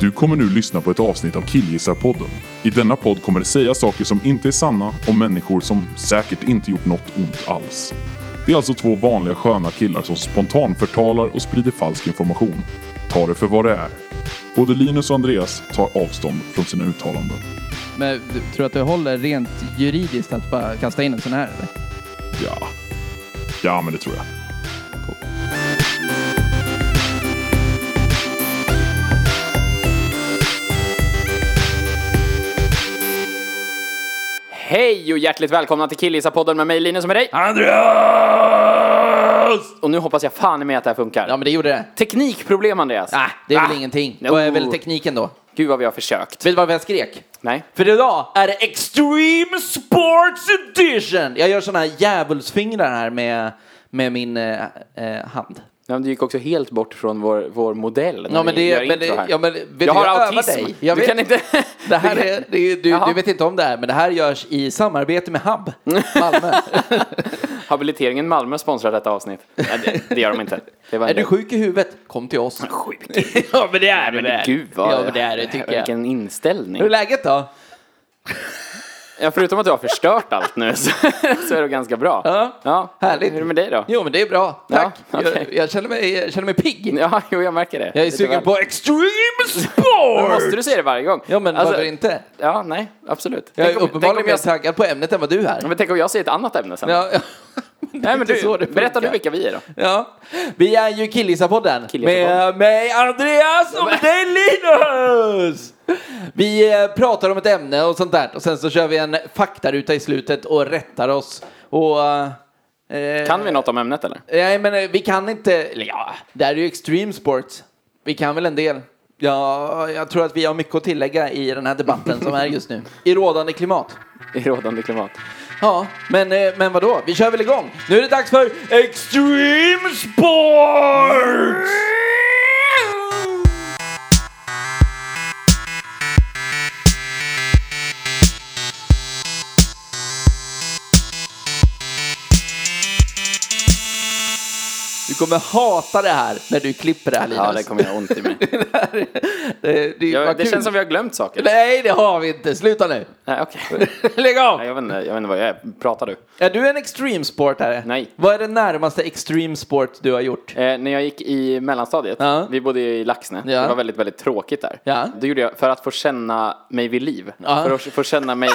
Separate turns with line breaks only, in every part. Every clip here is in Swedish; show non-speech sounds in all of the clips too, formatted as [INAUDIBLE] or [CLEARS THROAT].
Du kommer nu lyssna på ett avsnitt av Killgissarpodden. I denna podd kommer det sägas saker som inte är sanna om människor som säkert inte gjort något ont alls. Det är alltså två vanliga sköna killar som spontant förtalar och sprider falsk information. Ta det för vad det är. Både Linus och Andreas tar avstånd från sina uttalanden.
Men du, tror du att det håller rent juridiskt att bara kasta in en sån här eller?
Ja. Ja, men det tror jag.
Hej och hjärtligt välkomna till Killgissarpodden med mig Linus och med dig.
Andreas!
Och nu hoppas jag fan i mig att det här funkar.
Ja men det gjorde det.
Teknikproblem Andreas.
Ah, det är väl ingenting.
no.
Vad är väl tekniken då?
Gud vad vi har försökt.
Vet du varför jag skrek?
Nej.
För idag är det Extreme Sports Edition! Jag gör såna här djävulsfingrar här med, med min eh, eh, hand.
Nej, men du gick också helt bort från vår, vår modell. när
Ja men
vi gör
det, men det,
intro här.
ja, men, vet du,
jag har
övar
autism.
Dig. Jag
du
vet,
kan inte...
[LAUGHS]
[LAUGHS]
Det här är, det är, du,
Jaha.
du vet inte om det här, men det här görs i samarbete med Hub Malmö.
Habiliteringen Malmö sponsrar detta [LAUGHS] avsnitt. Nej, det, det gör de inte. Det var en
är du
del.
sjuk i huvudet? Kom till oss.
[LAUGHS] sjuk?
ja men det är
Men gud vad...
Ja men det är det tycker jag.
Vilken inställning.
Hur är läget då?
Ja, förutom att du har förstört allt nu [LAUGHS] så, så är det ganska bra.
Ja, härligt.
Hur är det med dig då?
Jo men det är bra, tack.
Ja, okej.
jag, jag, känner mig, jag känner mig pigg.
Ja, jo, jag märker det.
Jag är
Lite
sugen
väl.
på extreme
Men
sport!
Måste du säga det varje gång?
Ja men
Alltså,
varför inte?
Ja, nej, absolut.
Jag är
tänk, om, tänk,
uppenbarligen
om
mer
jag,
taggad på ämnet än vad du är.
men tänk om jag säger ett annat ämne sen.
Ja, ja. Det är
nej, men
inte
du,
[LAUGHS] så det
berättar du
funkar.
vilka vi är då?
Ja. Vi är ju Killgissarpodden med
Killgissarpodden.
mig Andreas och med dig Linus! Vi eh, pratar om ett ämne och sånt där och sen så kör vi en faktaruta i slutet och rättar oss och... eh,
Kan vi något om ämnet eller?
Nej, men eh, vi kan inte... eller Ja, det här är ju extreme sports. Vi kan väl en del. Ja, jag tror att vi har mycket att tillägga i den här debatten som är just nu. I rådande klimat.
I rådande klimat.
Ja, men, eh, men vad då? Vi kör väl igång. Nu är det dags för Extreme Sports! Du kommer hata det här när du klipper det här Linus.
Ja, det kommer jag ont i mig.
[LAUGHS] det, här, det, det,
Jag,
vad
det
kul.
känns som vi har glömt saker.
Nej, det har vi inte. Sluta nu. [LAUGHS]
Nej, okej.
Lägg av!
Nej, jag, vet inte, jag vet inte vad jag är. Pratar du?
Är du en extreme sportare?
Nej.
Vad är det närmaste extreme sport du har gjort?
Eh, när jag gick i mellanstadiet,
Ja.
vi bodde i Laxne,
Ja.
det var väldigt, väldigt tråkigt där.
Ja.
Då gjorde jag, för att få känna mig vid liv,
Ja.
för, att få känna mig,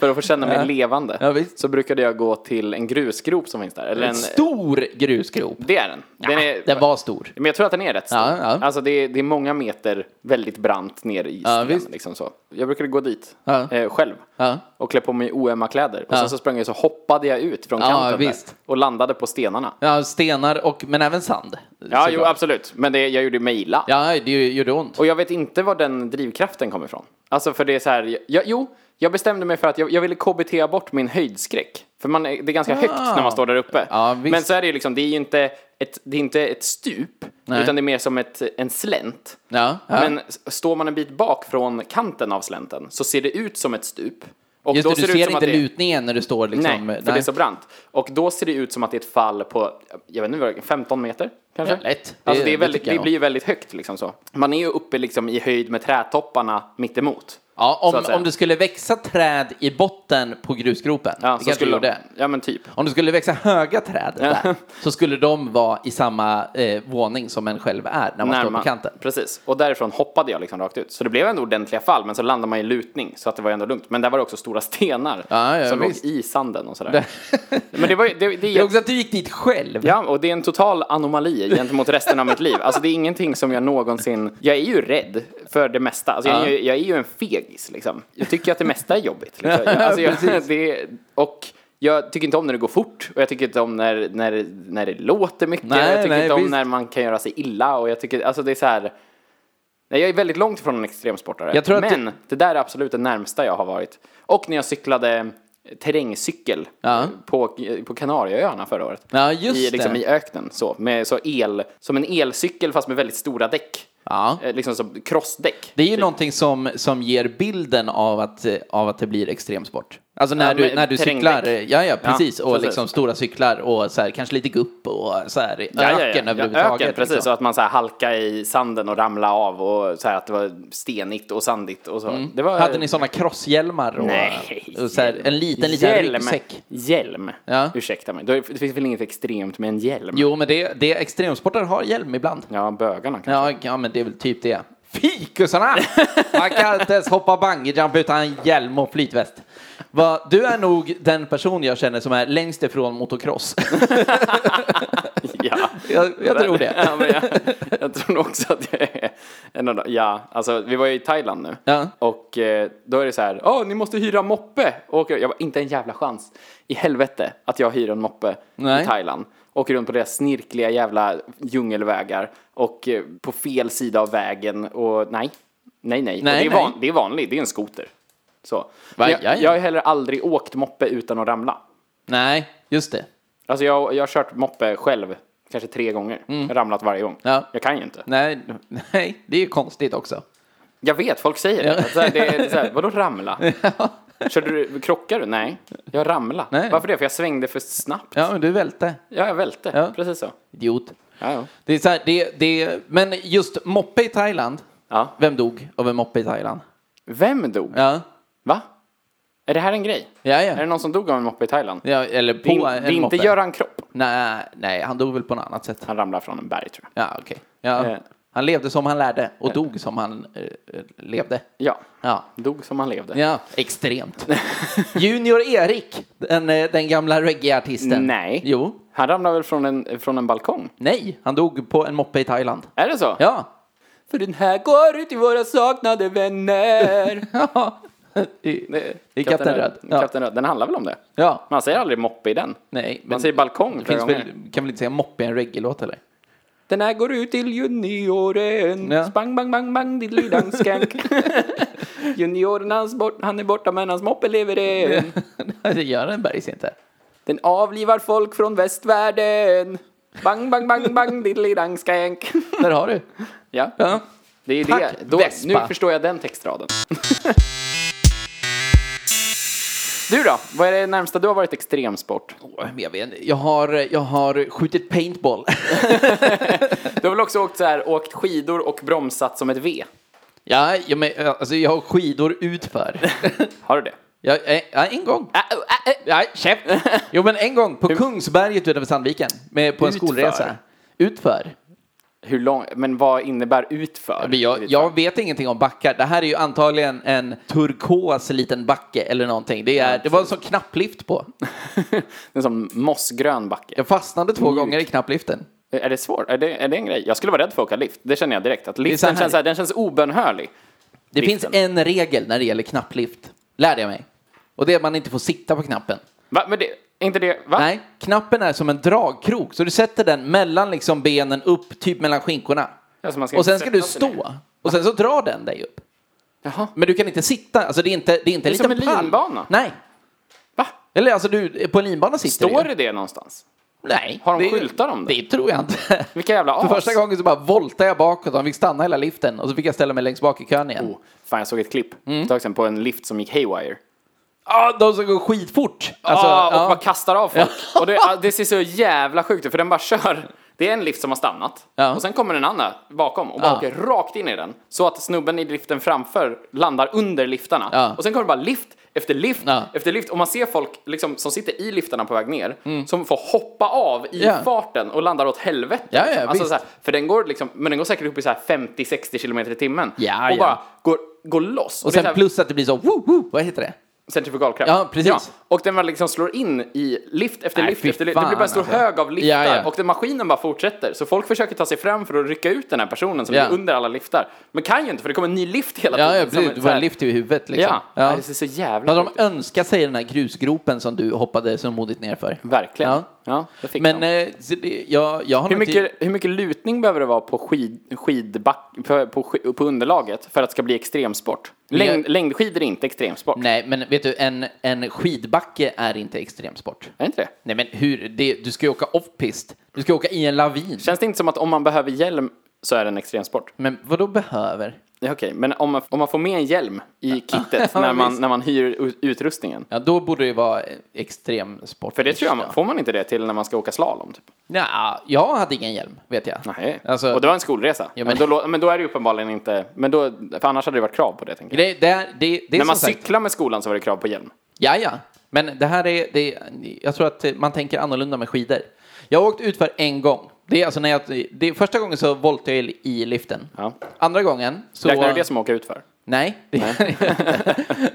för att få känna mig levande,
Ja, visst.
så brukade jag gå till en grusgrop som finns där. Eller en,
En stor grusgrop.
det är den. Den, är,
Den var stor.
Men jag tror att den är rätt stor.
Ja, ja.
Alltså det är, det är många meter väldigt brant ner i
Ja,
sten.
visst.
liksom så. Jag brukade gå dit
Ja.
eh, själv
Ja.
och klä på mig oömma kläder. Och
Ja.
sen så sprang jag så hoppade jag ut från
Ja,
kanten
visst.
där och landade på stenarna.
Ja, stenar och, men även sand.
Ja,
såklart.
jo, absolut. Men det, jag gjorde mig illa.
Ja, det gjorde ont.
Och jag vet inte var den drivkraften kommer ifrån. Alltså för det är så här, jag, jo, jag bestämde mig för att jag, jag ville KBT bort min höjdskräck. För man, är- det är ganska högt när man står där uppe.
Ja, visst.
Men så är det ju liksom, det är ju inte ett, det är inte ett stup,
Nej.
utan det är mer som ett, en slänt.
Ja, ja.
Men s- står man en bit bak från kanten av slänten så ser det ut som ett stup. Och
Just det, du
ser ut
ser
som
inte
att det-
lutningen när du står liksom...
Nej, för det är så brant. Och då ser det ut som att det är ett fall på, jag vet inte, vad det är, 15 meter kanske?
Ja, lätt. Det-
Alltså det,
det
är väldigt,
tycker
det
jag
blir ju väldigt högt liksom så. Man är ju uppe liksom i höjd med trädtopparna mitt emot.
Ja,
så
om,
att säga.
om det skulle växa träd i botten på grusgropen,
Ja,
det
så
kanske
skulle de-
gjorde.
Ja, men typ.
Om det skulle växa höga träd
Ja.
där, så skulle de vara i samma eh, våning som en själv är när man står på
Närma-
kanten. [LAUGHS]
Precis. Och därifrån hoppade jag liksom rakt ut. Så det blev ändå ordentliga fall, men så landade man i lutning, så att det var ändå lugnt. Men där var det också stora stenar
Ja, ja,
som
visst.
låg i sanden och sådär. men det var ju- det,
[LAUGHS]
det,
Det är också att du gick dit själv.
Ja, och det är en total anomali gentemot resten av mitt liv. Alltså det är ingenting som jag någonsin... Jag är ju rädd för det mesta. Alltså, jag, är ju, jag är ju en fegis liksom. Jag tycker att det mesta är
[LAUGHS]
jobbigt. Liksom. Jag, alltså, jag, det, och jag tycker inte om när det går fort och jag tycker inte om när, när, när det låter mycket.
Nej,
jag tycker
nej,
inte om
visst.
när man kan göra sig illa och jag tycker... Alltså det är så här... Nej, jag är väldigt långt från en extremsportare.
Jag tror att
men det... där är absolut det närmsta jag har varit. Och när jag cyklade terrängcykel
Ja.
på, på Kanarieöarna förra året.
Ja, just
I, liksom,
det.
I öknen så. Med, så el, som en elcykel fast med väldigt stora däck.
Ja.
Eh, liksom som crossdäck.
Det är ju någonting som, som ger bilden av att, eh, av att det blir extremsport. Alltså när
Ja,
du,
men
när du
terrängdäck.
cyklar, ja ja precis, och
precis.
liksom stora cyklar och så här, kanske lite gupp och så här öken
Ja, ja, ja. Ja,
överhuvudtaget.
Öken, precis.
liksom.
Så att man så här halkade i sanden och ramlade av och så här att det var stenigt och sandigt och så. Det var...
Mm. Hade ni sådana crosshjälmar och,
Nej.
och så här, en liten, liten ryggsäck?
Hjälm.
Ja.
Ursäkta mig. Då är- Det finns väl inget extremt med en hjälm?
Jo, men det, det extremsportare har hjälm ibland.
Ja, bögarna kanske.
Ja, ja, men det är väl typ det. Fikusarna! Man kan inte ens hoppa bungyjump utan hjälm och flytväst. Va, du är nog den person jag känner som är längst ifrån
[LAUGHS]
motocross.
[LAUGHS] Ja.
Jag, jag tror det.
Ja, men jag, jag tror nog också att jag är en av dem. Ja, alltså vi var ju i Thailand nu.
Ja.
Och eh, då är det så här, åh ni måste hyra moppe. Och åker- jag var inte en jävla chans. I helvete att jag hyr en moppe
Nej.
i Thailand. Åker runt på deras snirkliga jävla djungelvägar. Och eh, på fel sida av vägen. Och nej, nej, nej.
Nej,
och det, är
nej.
van, det är vanligt, det är en skoter. Så. Men
ja, ja.
Jag, jag har heller aldrig åkt moppe utan att ramla.
Nej, just det.
Alltså jag, jag har kört moppe själv kanske tre gånger.
Mm.
Ramlat varje gång.
Ja.
Jag kan ju inte.
Nej, nej, det är ju konstigt också.
Jag vet, folk säger det.
Ja.
Så här, det, är så här, vadå ramla?
[LAUGHS]
Körde du, krockar du? Nej, jag ramla.
Nej.
Varför det? För jag svängde för snabbt. Ja,
Ja, men du välte.
jag välte.
Ja.
Precis så.
Idiot.
Ja, ja.
Det är så här, det, det, men just moppe i Thailand.
ja.
Vem dog av en moppe i Thailand?
Vem dog?
Ja,
Va? Är det här en grej?
ja,
Är det
ja.
någon som dog av en moppe i Thailand?
ja eller
det är,
på
in,
en
det är inte
moppe.
Göran Kropp.
Nej, nej, han dog väl på något annat sätt.
Han ramlade från en berg, tror jag.
Ja, okej. Ja.
Eh.
Han levde som han lärde och dog som han eh, eh, levde.
Ja,
Ja.
dog som han levde.
ja, extremt. Junior Erik, den, eh, den gamla reggaeartisten.
Nej.
Jo.
[LAUGHS] Han ramlade väl från en, från en balkong?
Nej, han dog på en moppe i Thailand.
Är det så?
Ja. [LAUGHS]
För den här går ut till våra saknade vänner.
I,
Det är
I Kapten Röd. Ja.
Kapten Röd. Den handlar väl om det?
ja.
Man säger aldrig moppe i den.
Nej,
Man säger balkong
det
flera
finns
gånger.
väl, kan väl inte säga moppe i en reggae-låt eller? [LAUGHS]
Den här går ut till junioren.
Ja.
Spang, bang, bang,
[LAUGHS]
bang, diddelidangskänk. Junioren hans bort, han är borta men hans moppe lever än.
det gör den bergs inte.
Den avlivar folk från västvärlden. Bang, bang, bang, bang, diddelidangskänk.
Där har du.
[LAUGHS] Ja.
Ja.
det är
Tack,
det. Då,
Vespa.
nu förstår jag den textraden. [LAUGHS] Du då? Vad är det närmsta du har varit extremsport?
Åh, men Jag, vet, jag, har, jag har skjutit paintball. [LAUGHS]
Du har väl också åkt, så här, åkt skidor och bromsat som ett V?
ja, jag, men, eh, alltså, jag har skidor utför.
Har du det?
Ja, eh, ja, en gång.
Äh,
Ja, käft. Jo, men en gång på Kungsberget utanför Sandviken med, på en
Utför.
skolresa. Utför.
[LAUGHS] Hur lång, men vad innebär utför?
Men Jag, jag vet ingenting om backar. Det här är ju antagligen en turkos liten backe eller någonting. Det, är, det var en sån knapplift på.
[LAUGHS] en sån mossgrön backe.
Jag fastnade två gånger i knappliften.
Är det svårt? Är det, är det en grej? Jag skulle vara rädd för att åka lift. Det känner jag direkt. Att
så
liften
här.
känns, så här, den känns obönhörlig.
Det
Liften.
finns en regel när det gäller knapplift. Lärde jag mig. Och det är att man inte får sitta på knappen.
Va? Men det, är inte det... Va?
Nej, knappen är som en dragkrok. Så du sätter den mellan liksom benen upp, typ mellan skinkorna.
Alltså, man ska
Och sen
inte
ska du
sätta sig
stå. Och sen så drar den dig upp.
Jaha.
Men du kan inte sitta, alltså det är inte, det är inte
Det är som
liten
en
pall.
linbana.
Nej.
Va?
Eller alltså du, på en linbana sitter
Står
du
det
ju.
det någonstans?
Nej.
Har de skyltar om det? Ah,
Det tror jag inte.
Vilka jävla
För
as.
första gången så bara voltade jag bakåt och de fick stanna hela liften och så fick jag ställa mig längst bak i kön igen.
Oh, fan, jag såg ett klipp
Mm.
för ett tag sedan på en lift som gick haywire.
Ah, de som går skitfort. Alltså,
ah, och
ja.
bara kastar av folk. och det, ah, det ser så jävla sjukt ut för den bara kör. Det är en lift som har stannat
Ja.
och sen kommer en annan bakom och bara
Ja.
åker rakt in i den. Så att snubben i liften framför landar under liftarna.
Ja.
Och sen kommer det bara lift efter lift
Ja.
efter lift. Och man ser folk liksom, som sitter i liftarna på väg ner som får hoppa av i
Mm. Ja.
farten och landar åt helvete.
Ja, ja,
liksom. alltså,
visst.
så här, för den går, liksom, men den går säkert upp i så här 50-60 kilometer i timmen.
Ja,
och
ja.
bara går, går loss.
och
det är så
sen
här-
plus att det blir så, woo, woo, vad heter det?
centrifugalkraft.
Ja, precis.
Och den bara liksom slår in i lift efter
Nej,
lift
fy
efter lift. Det
fan,
blir bara en stor
alltså.
hög av liftar.
Ja, ja.
Och den maskinen bara fortsätter. Så folk försöker ta sig fram för att rycka ut den här personen som
Ja.
ligger under alla liftar. Men kan ju inte för det kommer en ny lift hela
Ja,
tiden.
ja
som
precis. Det
är så
var
här-
en lift i huvudet liksom.
Ja, Nej, det ser så jävla
Hade
sjukt
de
ut.
önskat sig den här grusgropen som du hoppade så modigt ner för?
Verkligen.
Ja.
Ja, det fick
Men
de.
eh, så det- jag, jag har
Hur
nog inte-
mycket, hur mycket lutning behöver det vara på, skid, skidback, på, på, sk- på underlaget för att det ska bli extremsport? Längd,
Jag-
Längdskidor är inte extremsport.
Nej, men vet du, en, en skidbacke är inte extremsport.
Är det inte det?
Nej, men hur? Det, du ska ju åka off-pist. Du ska åka i en lavin.
Känns det inte som att om man behöver hjälm så är det en extremsport?
Men vad då behöver?
Ja, Okej, men om man, om man får med en hjälm i [LAUGHS] kittet när, man, när man hyr u- utrustningen.
Ja, då borde det vara extremsport.
För det tror jag, man- får man inte det till när man ska åka slalom? Typ.
Nja, jag hade ingen hjälm, vet jag.
Nej.
Alltså-
och det var en skolresa.
Ja, men-
men... Då, lå- men då är det ju uppenbarligen inte, men då, för annars hade det varit krav på det. Tänker jag.
Det, det, det, det är
När man
som sagt-
cyklar med skolan så var det krav på hjälm.
Ja, ja. Men det här är, det, jag tror att man tänker annorlunda med skidor. Jag har åkt ut för en gång. Det är alltså när jag, det är första gången så voltade jag i liften.
Ja.
Andra gången så...
Räknar du det som att åka utför?
Nej, det gör jag inte.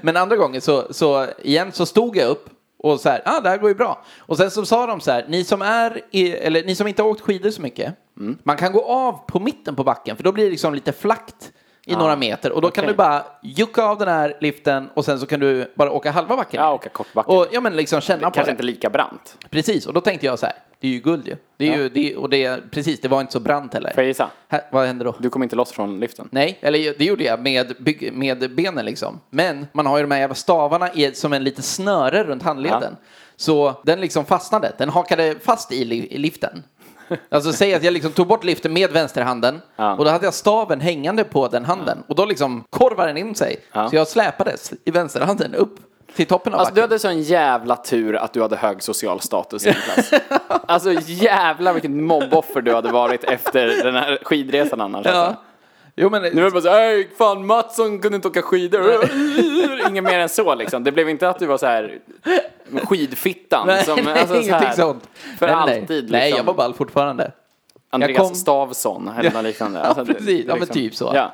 [LAUGHS] Men andra gången så, så igen så stod jag upp och så här, ah, det här går ju bra. Och sen så sa de så här, ni som, är, i- eller, ni som inte har åkt skidor så mycket,
Mm.
man kan gå av på mitten på backen för då blir det liksom lite flackt i några meter och då kan
okej.
du bara jucka av den här liften och sen så kan du bara åka halva backen.
Ja, åka kortbacken.
Och ja, men liksom känna på det.
Kanske inte lika brant.
Precis, och då tänkte jag så här, det är ju guld ju. Det är ju det, och det, precis, det var inte så brant heller.
Får jag gissa?
Här, vad händer då?
Du kom inte loss från liften?
Nej, eller ju- det gjorde jag med, bygg, med benen liksom. Men man har ju de här jävla stavarna i, som en liten snöre runt handleden. Så den liksom fastnade. Den hakade fast i, li, i liften. Alltså säg att jag liksom tog bort liften med vänsterhanden
Ja.
och då hade jag staven hängande på den handen och då liksom korvade den in sig.
Ja.
Så jag släpades i vänsterhanden upp till toppen av
Alltså du
backen.
hade sån jävla tur att du hade hög social status i din [LAUGHS] klass. Alltså jävlar vilket mobboffer du hade varit efter den här skidresan annars.
Ja.
Alltså.
Jo, men,
Nu är det bara såhär, "Ey, fan Mattsson kunde inte åka skidor. [LAUGHS] Inget mer än så liksom. Det blev inte att du var så här skidfittan.
nej, [LAUGHS]
som,
nej,
alltså, så här,
ingenting sånt.
För
nej,
alltid
Nej,
liksom.
nej jag var ball fortfarande.
Andreas
jag kom-
Stavsson eller något liknande. Alltså,
ja,
det-
precis.
det
ja, men
liksom-
typ så.
Ja.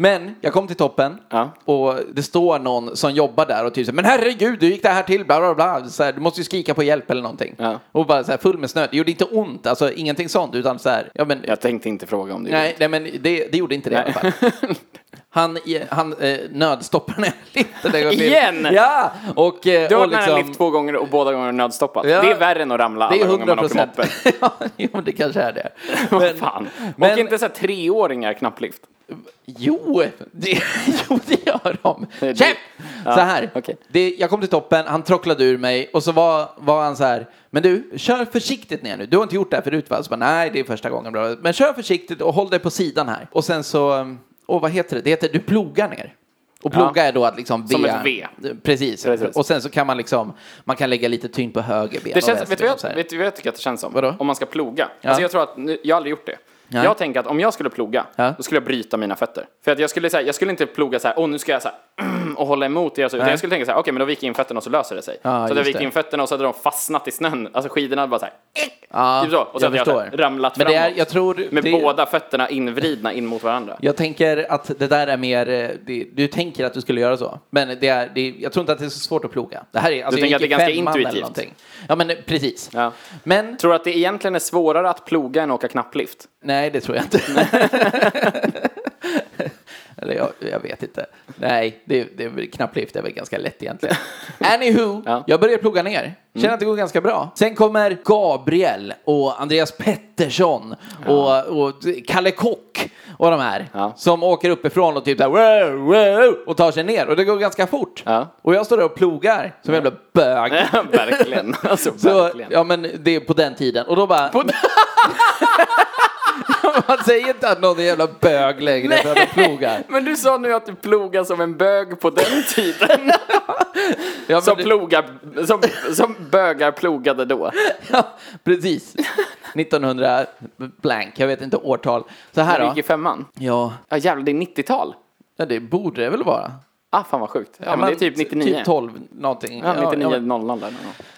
Men jag kom till toppen
Ja.
och det står någon som jobbar där och typ så här, men herregud, hur gick det här till? Bla, bla, bla. Så här, du måste ju skrika på hjälp eller någonting.
Ja.
Och bara så här, full med snö. Det gjorde inte ont, alltså ingenting sånt, utan så här, ja men,
Jag tänkte inte fråga om det.
nej, nej, men det, det gjorde inte det i alla fall. Han, i- han eh, nödstoppade [LAUGHS] ner lite. det går till.
Igen?
Ja! Och, eh,
[LAUGHS] Du har
och
varit nära en
liksom,
lift två gånger och båda gånger nödstoppat.
Ja.
Det är värre än att ramla
det
alla
är
gånger
100
man åker
procent.
moppe.
[LAUGHS] ja, jo, men det kanske är det.
[LAUGHS] Vad fan.
men-
Åker inte så här treåringar knapplift?
Jo, det, [LAUGHS] jo, det gör de.
Det-
Käpp!
Ja,
så här.
okej.
Det, jag kom till toppen, han trocklade ur mig och så var, var han så här. Men du, kör försiktigt ner nu. Du har inte gjort det här förut va? Så bara, nej, det är första gången. bla, bla, bla. Men kör försiktigt och håll dig på sidan här. Och sen så, och vad heter det? Det heter du plogar ner. Och
Ja.
ploga är då att liksom
Som
ve-
ett V.
Precis.
Precis.
Och sen så kan man liksom, man kan lägga lite tyngd på höger ben.
Det
och
känns,
vänster liksom
vet, du vad
så här.
jag, vet du vad jag tycker att det känns som?
Vadå?
Om man ska ploga. Alltså jag tror att, nu, jag har aldrig gjort det.
Nej.
Jag tänker att om jag skulle ploga,
Ja.
då skulle jag bryta mina fötter. För att jag skulle, så här, jag skulle inte ploga så här, åh nu ska jag så här, [CLEARS THROAT] och hålla emot. Det, så, utan
Nej.
jag skulle tänka så här, okej men då viker jag in fötterna och så löser det sig.
Ja,
så att jag
just
viker
det.
in fötterna och så hade de fastnat i snön. Alltså skidorna hade bara så här,
Ja,
typ så. Och så hade jag så här,
förstår.
ramlat
Men det
framåt.
är, jag tror,
med
det,
båda fötterna invridna in mot varandra.
Jag tänker att det där är mer, eh, det, du tänker att du skulle göra så. Men det är, det, jag tror inte att det är så svårt att ploga. Det här är, alltså,
Du tänker
jag
att det
gick i
är ganska
femman eller
intuitivt?
någonting. Ja men eh, precis.
Ja.
Men,
Tror du att det egentligen är svårare att ploga än att åka knapplift?
nej det tror jag inte. [LAUGHS] eller jag, jag vet inte. Nej, det, det är väl knapplift, det är väl ganska lätt
[LAUGHS]
egentligen. Anywho,
Ja. Mm.
jag börjar ploga ner. Känner att det går ganska bra. Sen kommer Gabriel och Andreas Pettersson och, och Kalle Kock och de här
Ja.
som åker uppifrån och typ där, wow, wow, och tar sig ner och det går ganska fort.
Ja.
Och jag står där och plogar som jävla bög.
[LAUGHS] verkligen. Alltså,
Så,
verkligen.
ja men det är på den tiden och då bara... [LAUGHS] Man säger inte att någon är jävla bög längre för att de plogar.
Men du sa nu att du plogar som en bög på den tiden.
Ja, men
som,
det-
plogar, som,
[LAUGHS]
som bögar plogade då.
Ja, precis. 1900 blank, jag vet inte årtal. Så här
Du gick
då.
i femman.
Ja,
Ja jävlar, det är 90-tal.
ja det borde det väl vara.
Ah fan vad sjukt. Ja,
Ja,
men det är typ 99.
Typ 12 någonting.
Ja, 99
ja,
00 där någon gång.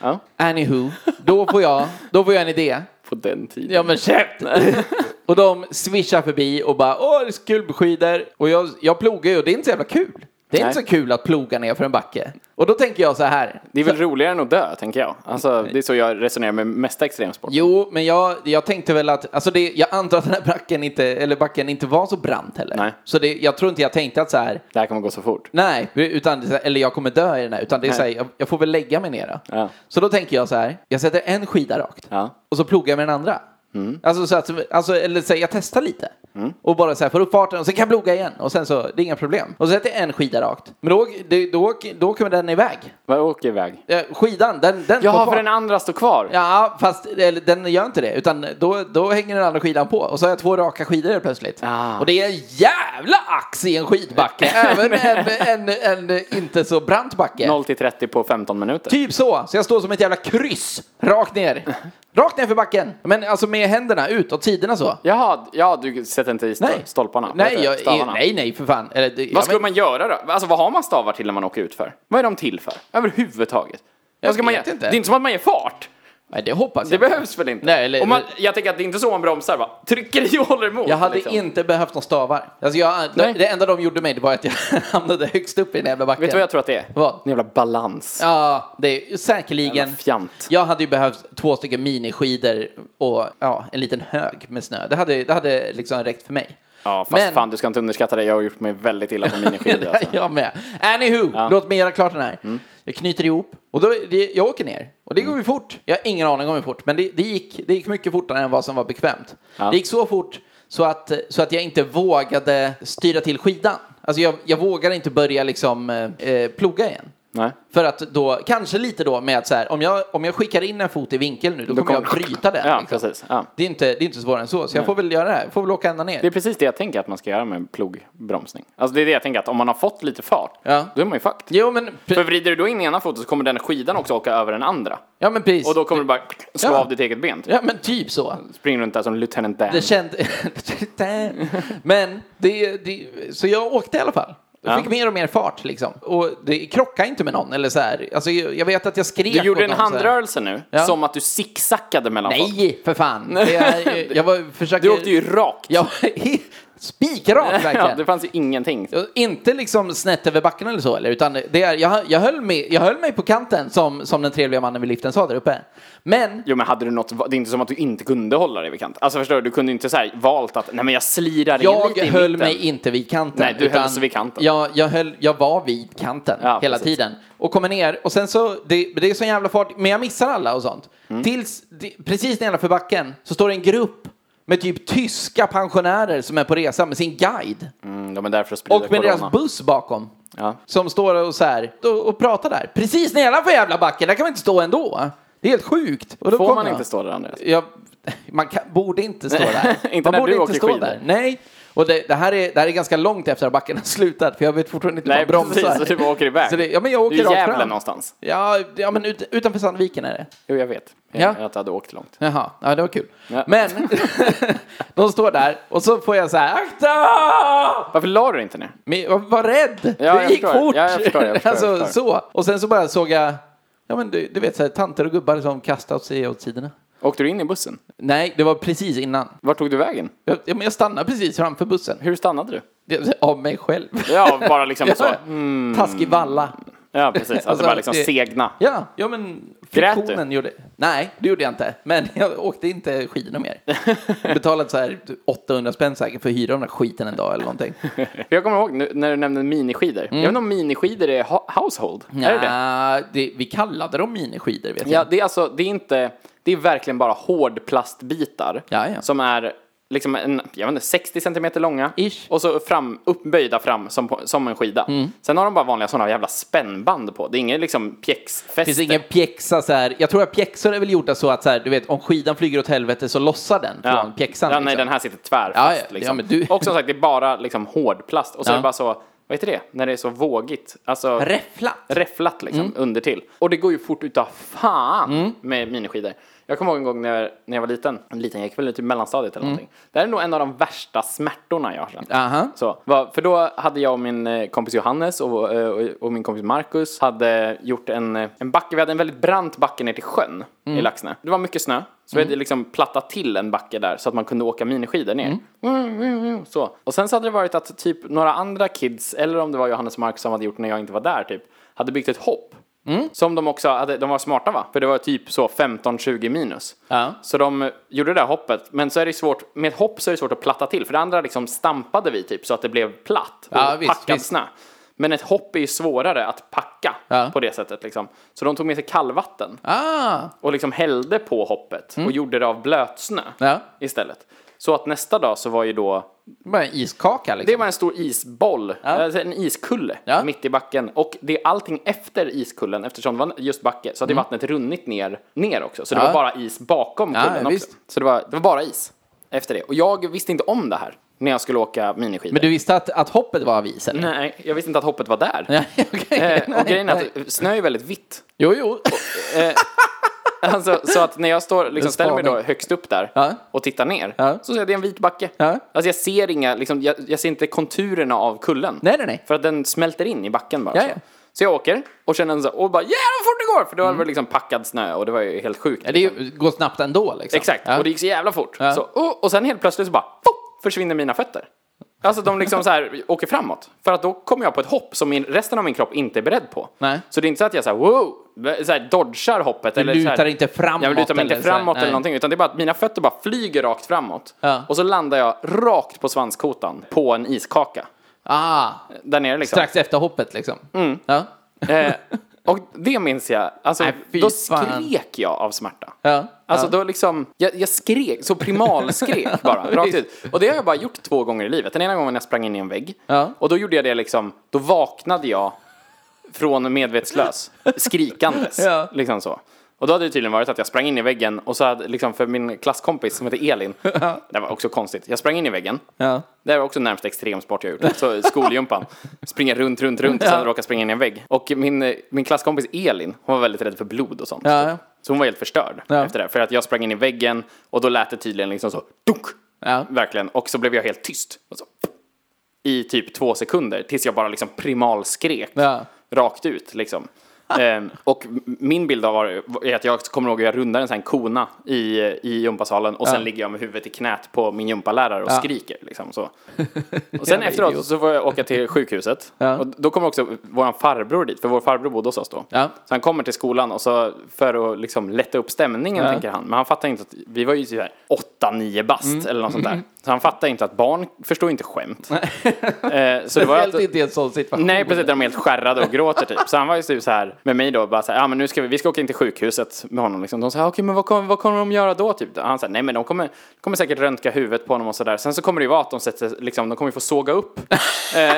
Ja,
Anywho, då får, jag, då får jag en idé.
på den tiden.
Ja men käft! och de swishar förbi och bara åh det är så kul med skidor. Och jag, jag plogar ju och det är inte så jävla kul. Det är
Nej.
inte så kul att ploga ner för en backe. Och då tänker jag så här.
[LAUGHS] Det är väl roligare än att dö, tänker jag. Alltså, det är så jag resonerar med mesta extremsport.
Jo, men jag, jag tänkte väl att, alltså det, jag antar att den här backen inte, eller backen inte var så brant heller.
Nej.
Så det, jag tror inte jag tänkte att så här,
Det här kommer gå så fort.
nej, utan, eller jag kommer dö i den här, utan det är så här, jag, jag får väl lägga mig ner då.
Ja.
Så då tänker jag så här, jag sätter en skida rakt
Ja. Mm.
och så plogar jag med den andra. Alltså, så att, alltså, eller så här, jag testar lite. och bara så här får upp farten och sen kan jag ploga igen och sen så, det är inga problem. Och så sätter jag en skida rakt. Men då, det, då, då kommer den iväg.
Vad åker iväg?
Eh, Skidan, den, den får
Jaha,
fart.
för den andra står kvar.
Ja, fast eller, den gör inte det. Utan då, då hänger den andra skidan på. Och så har jag två raka skidor helt plötsligt.
Ah.
Och det är en jävla ax i en
[LAUGHS]
skidbacke. även en, en, en inte så brant backe.
0 till 30 på 15 minuter.
Typ så. Så jag står som ett jävla kryss. Rakt ner. Rakt ner för backen. Men alltså med händerna ut åt sidorna så.
Jaha, ja, du sätter inte i stol-
Nej.
stolparna?
Nej, jag,
Stavarna.
nej, nej för fan. Eller, det- ja,
Vad skulle
men-
man göra då? Alltså vad har man stavar till när man åker ut för? Vad är de till för? Överhuvudtaget?
Jag
Vad ska man
vet
ge-
inte.
Det är inte som att man ger fart.
Nej, det hoppas
Det
jag.
behövs väl inte?
Nej, eller-
Och man, jag tänker att det är inte så man bromsar va? Trycker i och håller emot.
Jag hade
liksom.
inte behövt några stavar. Alltså jag,
Nej.
det enda de gjorde mig det var att jag [LAUGHS] hamnade högst upp i den jävla backen.
Vet du vad jag tror att det är?
Vad?
En jävla balans.
Ja, det är säkerligen.
Jävla fjant.
Jag hade ju behövt två stycken miniskidor och ja, en liten hög med snö. Det hade, det hade liksom räckt för mig.
Ja, fast
Men-
fan du ska inte underskatta det. Jag har gjort mig väldigt illa på
[LAUGHS]
miniskidor alltså.
jag med. Anywho, låt mig göra klart den här.
Mm.
Jag knyter ihop och då, det, jag åker ner. Och det går ju fort. Jag har ingen aning om hur fort, men det, det, gick, det gick mycket fortare än vad som var bekvämt.
Ja.
Det gick så fort så att, så att jag inte vågade styra till skidan. Alltså jag, jag vågade inte börja liksom eh, ploga igen.
Nej.
För att då, kanske lite då med att så här, om jag, om jag skickar in en fot i vinkel nu, då, kommer jag
kommer-
bryta den.
Ja,
liksom.
precis. Ja.
Det, är inte, det är inte svårare än så, så jag får väl göra det här. Jag får väl åka ända ner.
Det är precis det jag tänker att man ska göra med plogbromsning. Alltså det är det jag tänker att om man har fått lite fart,
Ja.
då är man ju fucked.
Jo, men, pre-
För vrider du då in ena foten så kommer den skidan också åka över den andra.
ja, men precis.
Och då kommer du bara slå
Ja.
av ditt eget ben. Typ.
Ja, men typ så.
Springer runt där som Lieutenant Dan.
Det kände... [LAUGHS] men, det, det... Så jag åkte i alla fall. Jag fick
Ja.
mer och mer fart liksom. Och det krockade inte med någon eller så här. Alltså, jag jag vet att jag skrek
Du gjorde
åt
en
någon så här.
handrörelse nu,
Ja.
som att du zigzackade mellan folk.
Nej, för fan. Det är, jag var, försöker...
Du åkte ju rakt.
Jag spikrak
[LAUGHS] Ja,
verkligen.
det fanns ju ingenting.
Och Inte liksom snett över backen eller så, eller, utan det är, jag, jag, höll med, jag höll mig på kanten som, som den trevliga mannen vid liften sa där uppe. Men,
Jo men hade du något, det är inte som att du inte kunde hålla dig vid kanten. Alltså förstår du, du kunde inte så här valt att, nej men jag slirar in
jag
lite i
höll
mitten.
mig inte vid kanten.
Nej, du höll så vid kanten.
Jag, jag, höll, jag var vid kanten
Ja,
hela
precis.
tiden. Och kommer ner, och sen så, det, det är så jävla fart, men jag missar alla och sånt.
Mm.
Tills, det, precis nedanför backen, så står det en grupp med typ tyska pensionärer som är på resa med sin guide.
Mm, de är där för att sprida
Och med deras
corona.
buss bakom.
Ja.
Som står och så här och, och pratar där. Precis nedanför jävla backen, där kan man inte stå ändå. Det är helt sjukt. Och då
Får
kommer
man
jag.
inte stå där Andreas?
Jag, man kan, borde inte stå där.
[LAUGHS] Inte
man
när
borde
du
inte
åker
stå
skidor.
där. Nej. Och det, det, här är, det här är ganska långt efter att backen har slutat. För jag vet fortfarande inte hur
Nej
man bromsar.
precis, så du bara åker iväg.
Så det, ja, men jag åker
du är i
rakt
Gävle
fram.
någonstans.
Ja, ja men ut, utanför Sandviken är det.
Jo jag vet, jag,
Ja.
att du hade åkt långt.
Jaha, ja det var kul.
Ja.
Men [LAUGHS] de står där och så får jag så här, akta!
Varför la du dig inte ner?
Men jag var rädd.
Ja,
det
jag
gick
förstår.
fort.
Ja, jag förstår,
[LAUGHS]
jag förstår,
alltså,
jag förstår.
Så. Och sen så bara såg jag, ja men du, du vet så här, tanter och gubbar som kastat sig åt sidorna.
Åkte du in i bussen?
Nej, det var precis innan.
Vart tog du vägen?
Jag, ja, men jag stannade precis framför bussen.
Hur stannade
[LAUGHS]
du?
Det, av mig själv.
Ja, bara liksom så.
Ja, Taskig valla.
Ja precis, att
Alltså,
du bara liksom
det-
segna.
Ja, ja men
Grät du?
friktionen gjorde... Nej, det gjorde jag inte. Men [LAUGHS] jag åkte inte skidorna
[LAUGHS]
mer. Jag betalade så här 800 spänn säkert för att hyra den där skiten en dag eller någonting.
För Jag kommer ihåg nu, när du nämnde miniskidor. Jag vet
Mm.
inte om miniskidor är ho- household. Är det det?
Nja, det? Vi kallade dem miniskidor vet
Ja, det är alltså, det är inte, det är verkligen bara hårdplastbitar.
Ja, ja.
Som är liksom en, jag vet inte, 60 centimeter långa.
Ish. Mm.
Och så fram, uppböjda fram som, på- som en skida. Sen har de bara vanliga sådana jävla spännband på. Det är ingen liksom pjäxfäste.
Det finns ingen pjäxa så här. Jag tror att pjäxor är väl gjorda så att så här, du vet om skidan flyger åt helvete så lossar den från
ja.
pjäxan.
Ja, nej,
liksom.
den här sitter tvärfast.
Ja, ja, ja,
liksom.
men du-
Och som sagt, det är bara liksom hårdplast. Och så
Ja.
är det bara så, vad heter det? När det är så vågigt. Alltså,
Räfflat.
räfflat liksom under till. Och det går ju fort utav fan med miniskidor. Jag kommer ihåg en gång när, när jag var liten, en liten, jag gick väl typ mellanstadiet eller någonting. Det här är nog en av de värsta smärtorna jag har känt.
Aha.
Så, va- för då hade jag och min eh, kompis Johannes och, eh, och, och min kompis Marcus hade gjort en, eh, en backe, vi hade en väldigt brant backe ner till sjön i Laxne. Det var mycket snö, så vi hade liksom plattat till en backe där så att man kunde åka miniskidor ner. Mm. Så. Och sen så hade det varit att typ några andra kids, eller om det var Johannes och Marcus som hade gjort när jag inte var där typ, hade byggt ett hopp.
Mm.
Som de också hade, de var smarta va? För det var typ så 15-20 minus.
Ja.
Så de gjorde det där hoppet, men så är det svårt, med ett hopp så är det svårt att platta till, för det andra liksom stampade vi typ så att det blev platt och
Ja, visst,
packad
visst.
snö. Men ett hopp är ju svårare att packa
Ja.
på det sättet liksom. Så de tog med sig kallvatten
Ah,
och liksom hällde på hoppet och gjorde det av blötsnö
Mm. Ja.
istället. Så att nästa dag så var ju då
Bara en iskaka liksom.
det var en stor isboll, alltså en iskulle
Ja.
mitt i backen. Och det är allting efter iskullen eftersom det var just backe så hade vattnet runnit ner, ner också. Så det
Mm. Ja.
var bara is bakom
Ja,
kullen också.
visst.
Så det var, det var bara is efter det. Och jag visste inte om det här när jag skulle åka miniskidor.
Men du visste att, att hoppet var av is eller?
Nej, jag visste inte att hoppet var där.
Nej, [LAUGHS] okej.
Eh,
Nej,
och grejen
[LAUGHS]
är
nej.
att snö är väldigt vitt.
Jo, jo.
[LAUGHS] Alltså, så att när jag står,
Det är
liksom, ställer mig då
spaning.
högst upp där
Ja.
och tittar ner
Ja.
så ser jag att det är en vit backe.
Ja.
Alltså jag ser inga, liksom, jag, jag ser inte konturerna av kullen.
Nej, nej, nej.
För att den smälter in i backen bara.
Ja,
så.
ja.
så jag åker och känner en så här, och bara yeah vad fort det går! För då var det liksom packad snö och det var ju helt sjukt.
Mm.
liksom.
Ja, det är ju- går snabbt ändå liksom.
Exakt,
Ja.
och det gick så jävla fort.
Ja.
Så, oh, och, och sen helt plötsligt så bara pop, försvinner mina fötter. Alltså de liksom så här åker framåt. För att då kommer jag på ett hopp som min, resten av min kropp inte är beredd på.
Nej.
Så det är inte så att jag så här, wow, så här, dodgar hoppet. Du eller så
lutar
här,
inte framåt
Jag lutar mig inte
eller så här,
framåt eller,
nej.
någonting. Utan det är bara att mina fötter bara flyger rakt framåt.
Ja.
Och så landar jag rakt på svanskotan på en iskaka.
Ah,
Där nere liksom.
strax efter hoppet liksom. Ja.
Eh, och det minns jag. Alltså,
Nej, fy
då
fan.
skrek jag av smärta.
Ja,
Alltså
ja.
då liksom, jag, jag skrek,
[LAUGHS]
så primalskrek bara, rakt ut. Och det har jag bara gjort två gånger i livet. Den ena gången jag sprang in i en vägg.
Ja.
Och då gjorde jag det liksom, då vaknade jag från medvetslös, skrikandes.
Ja.
Liksom så. Och då hade det tydligen varit att jag sprang in i väggen och så hade, liksom för min klasskompis som heter Elin, det var också konstigt, jag sprang in i väggen.
Ja.
Det här var också närmast extremsport jag gjort. Så skolgympan. Springa runt, runt, runt och sen
Ja.
råka springa in i en vägg. Och min, eh, min klasskompis Elin, hon var väldigt rädd för blod och sånt.
Ja, ja.
Så hon var helt förstörd
Ja.
efter det. För att jag sprang in i väggen och då lät det tydligen liksom så dunk.
Ja.
Verkligen. Och så blev jag helt tyst. Och så, I typ två sekunder tills jag bara liksom primalskrek
Ja.
rakt
[LAUGHS]
ut liksom. Ehm, och m- min bild av var är att jag kommer ihåg att jag rundar en sån här kona i, i gympasalen och sen
Ja.
ligger jag med huvudet i knät på min gympalärare och
Ja.
skriker
[LAUGHS]
liksom så. Och sen
Jävla
efteråt
idiot.
så får jag
[LAUGHS]
åka till sjukhuset.
Ja.
Och då kommer också vår farbror dit, för vår farbror bodde hos oss då.
Ja.
Så han kommer till skolan och så för att liksom lätta upp stämningen
Ja.
tänker han. Men han fattar inte att, vi var ju så här 8-9 bast
Mm.
eller något sånt där. Så han fattar inte att barn förstår
[LAUGHS]
inte skämt. Eh, så det var
Speciellt
att,
inte i en sån situation.
Nej, precis. Där de är helt skärrade och gråter typ. Så han var ju typ så här med mig då, bara så här, ja men nu ska vi, vi ska åka in till sjukhuset med honom liksom. De sa, okej men vad kommer, vad kommer de göra då typ? Och han sa, nej men de kommer, kommer säkert röntga huvudet på honom och sådär. Sen så kommer det ju vara att de sätter, liksom, de kommer ju få såga upp eh,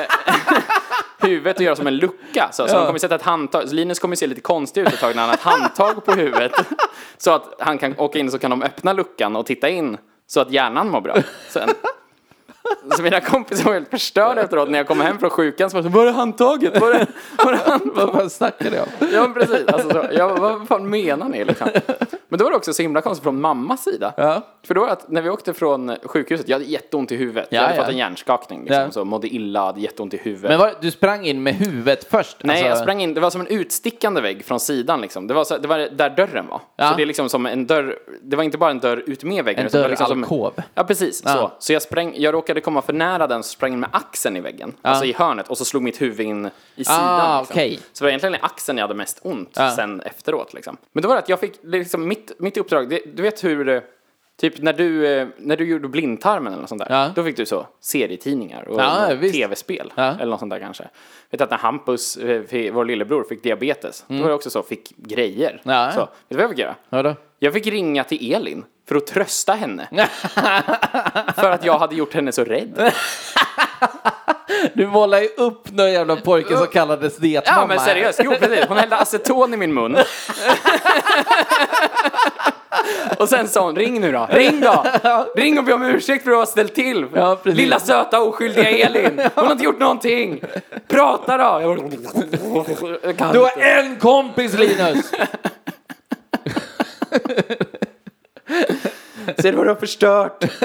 [LAUGHS] huvudet och göra som en lucka. Så, så de kommer sätta ett handtag. Så Linus kommer se lite konstig ut ett tag när han har ett handtag på huvudet. [LAUGHS] Så att han kan åka in så kan de öppna luckan och titta in så att hjärnan mår bra sen. Så mina kompisar var helt förstörda efteråt när jag kom hem från sjukan. Så var det så, var är handtaget? Var är, var är handtaget?
Vad snackar du om?
Ja men precis, alltså, så, jag, bara, vad fan menar ni liksom? Men då var det också så himla konstigt från mammas sida.
Ja.
För då var det att när vi åkte från sjukhuset, jag hade jätteont i huvudet.
Ja,
jag hade
ja.
fått en hjärnskakning liksom,
Ja.
så mådde illa, hade jätteont i huvudet.
Men vad, du sprang in med huvudet först?
Nej,
alltså.
jag sprang in. Det var som en utstickande vägg från sidan liksom. Det var, så, det var där dörren var.
Ja.
Så det är liksom som en dörr. Det var inte bara en dörr ut med väggen.
En
utan det var liksom
dörralkov.
Som, ja, precis. Så, så jag, spräng, jag råkade komma för nära den så sprang jag in med axeln i väggen. Alltså i hörnet. Och så slog mitt huvud in i sidan.
Ah,
liksom.
okej.
Så det var egentligen i axeln jag hade mest ont sen efteråt liksom. Men då var det att jag fick, det är liksom mitt, mitt uppdrag, det, du vet hur... eh, Typ när du, eh, när du gjorde blindtarmen eller något sånt där,
Ja.
då fick du så serietidningar och
Ja,
och
visst.
tv-spel.
Ja.
Eller något sånt där kanske. Vet du att när Hampus, eh, fi- vår lillebror, fick diabetes, då var det också så, fick grejer.
Mm. Ja.
Så, vet du vad jag fick göra?
Vadå?
Jag fick ringa till Elin för att
[LAUGHS]
trösta henne. för att jag hade gjort henne så rädd.
Du målar ju upp någon jävla pojke som kallades dietmamma.
Ja men
här.
seriöst, jo precis. Hon hällde aceton i min mun. och sen sa hon, ring nu då, ring då! Ring och be om ursäkt för att du har ställt till.
Ja, precis.
Lilla söta oskyldiga Elin, hon har inte gjort någonting. Prata då! Jag- Jag kan
Du har en kompis Linus!
[LAUGHS] Ser du vad du har förstört? [LAUGHS]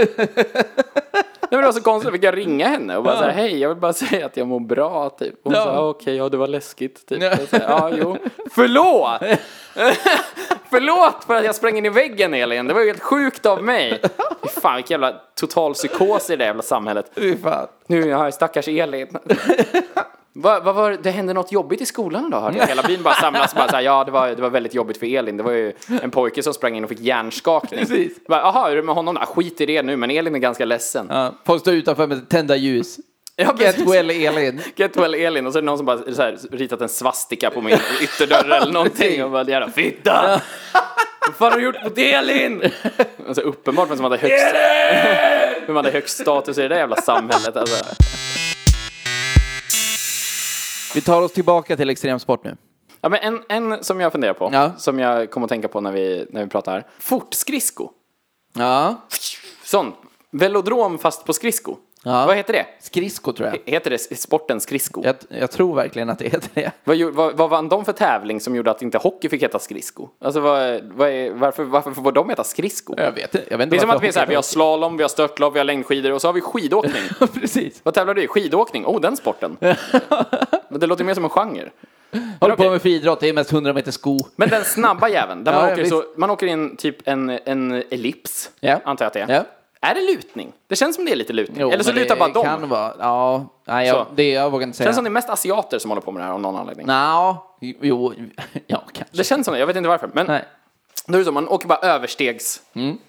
Nej, men det var så konstigt, fick jag ringa henne och bara så här, hej, jag vill bara [LAUGHS] säga att jag mår bra, typ. Och hon
Ja.
sa, "Ah, okej, ja, det var läskigt, typ.
Ja.
Ja, så här, ja jo. Förlåt! [LAUGHS] Förlåt för att jag sprang in i väggen, Elin. Det var ju helt sjukt av mig. Fy Fan, vilken jävla total psykos i det jävla samhället.
Fy fan.
Nu är jag här,
[LAUGHS]
stackars Elin. Vad vad var, det? det hände något jobbigt i skolan idag hörde jag. Hela byn bara samlas och bara så här, ja det var, det var väldigt jobbigt för Elin. Det var ju en pojke som sprang in och fick hjärnskakning.
Precis.
Bara, Jaha, hur är det med honom då? Skit i det nu, men Elin är ganska ledsen.
Ja, folk står utanför med tända ljus.
Ja,
Get
precis.
well Elin.
Get well Elin och så är det någon som bara så här, ritat en svastika på min ytterdörr eller någonting och bara jävla fitta!
[LAUGHS]
Vad fan har du gjort mot Elin? Alltså uppenbart vem som hade högst... hur man hade högst status i det där jävla samhället. Alltså.
Vi tar oss tillbaka till extremsport nu.
Ja, men en, en som jag funderar på,
Ja.
som jag kom att tänka på när vi, när vi pratar här. Fortskridsko.
Ja.
Sån. Velodrom fast på skridsko.
Ja.
Vad heter det?
Skridsko tror jag.
Heter det sporten skridsko?
jag. Jag tror verkligen att det heter det.
Vad, gjorde- vad, vad vann de för tävling som gjorde att inte hockey fick heta skridsko? Alltså vad, vad är, varför, varför får de heta skridsko?
Jag vet inte. Jag vet inte
Det är som att vi, är så här,
varför
vi har slalom, vi har störtlopp, vi har längdskidor och så har [LAUGHS]
[LAUGHS]
vi skidåkning.
jag hoppade. Precis.
vad tävlar du i? Skidåkning? Oh, den sporten. Men det låter mer som en genre.
Håller
okej.
på med friidrott. Det är mest 100 meter sko.
Men den snabba jäveln, där
Ja,
man,
ja,
åker så, man åker in typ en, en ellips,
Ja.
antar jag att det är.
Ja.
Är det lutning? Det känns som det är lite lutning.
Jo,
Eller så
men
lutar
det
bara de.
kan vara. Ja. Nej, jag,
Så.
det, jag vågar inte
Det
säga.
känns som det är mest asiater som håller på med det här av någon anledning.
Nja, jo, [LAUGHS] ja kanske.
Det känns som det, jag vet inte varför. Men
Nej, Mm,
då är det så, man åker bara överstegs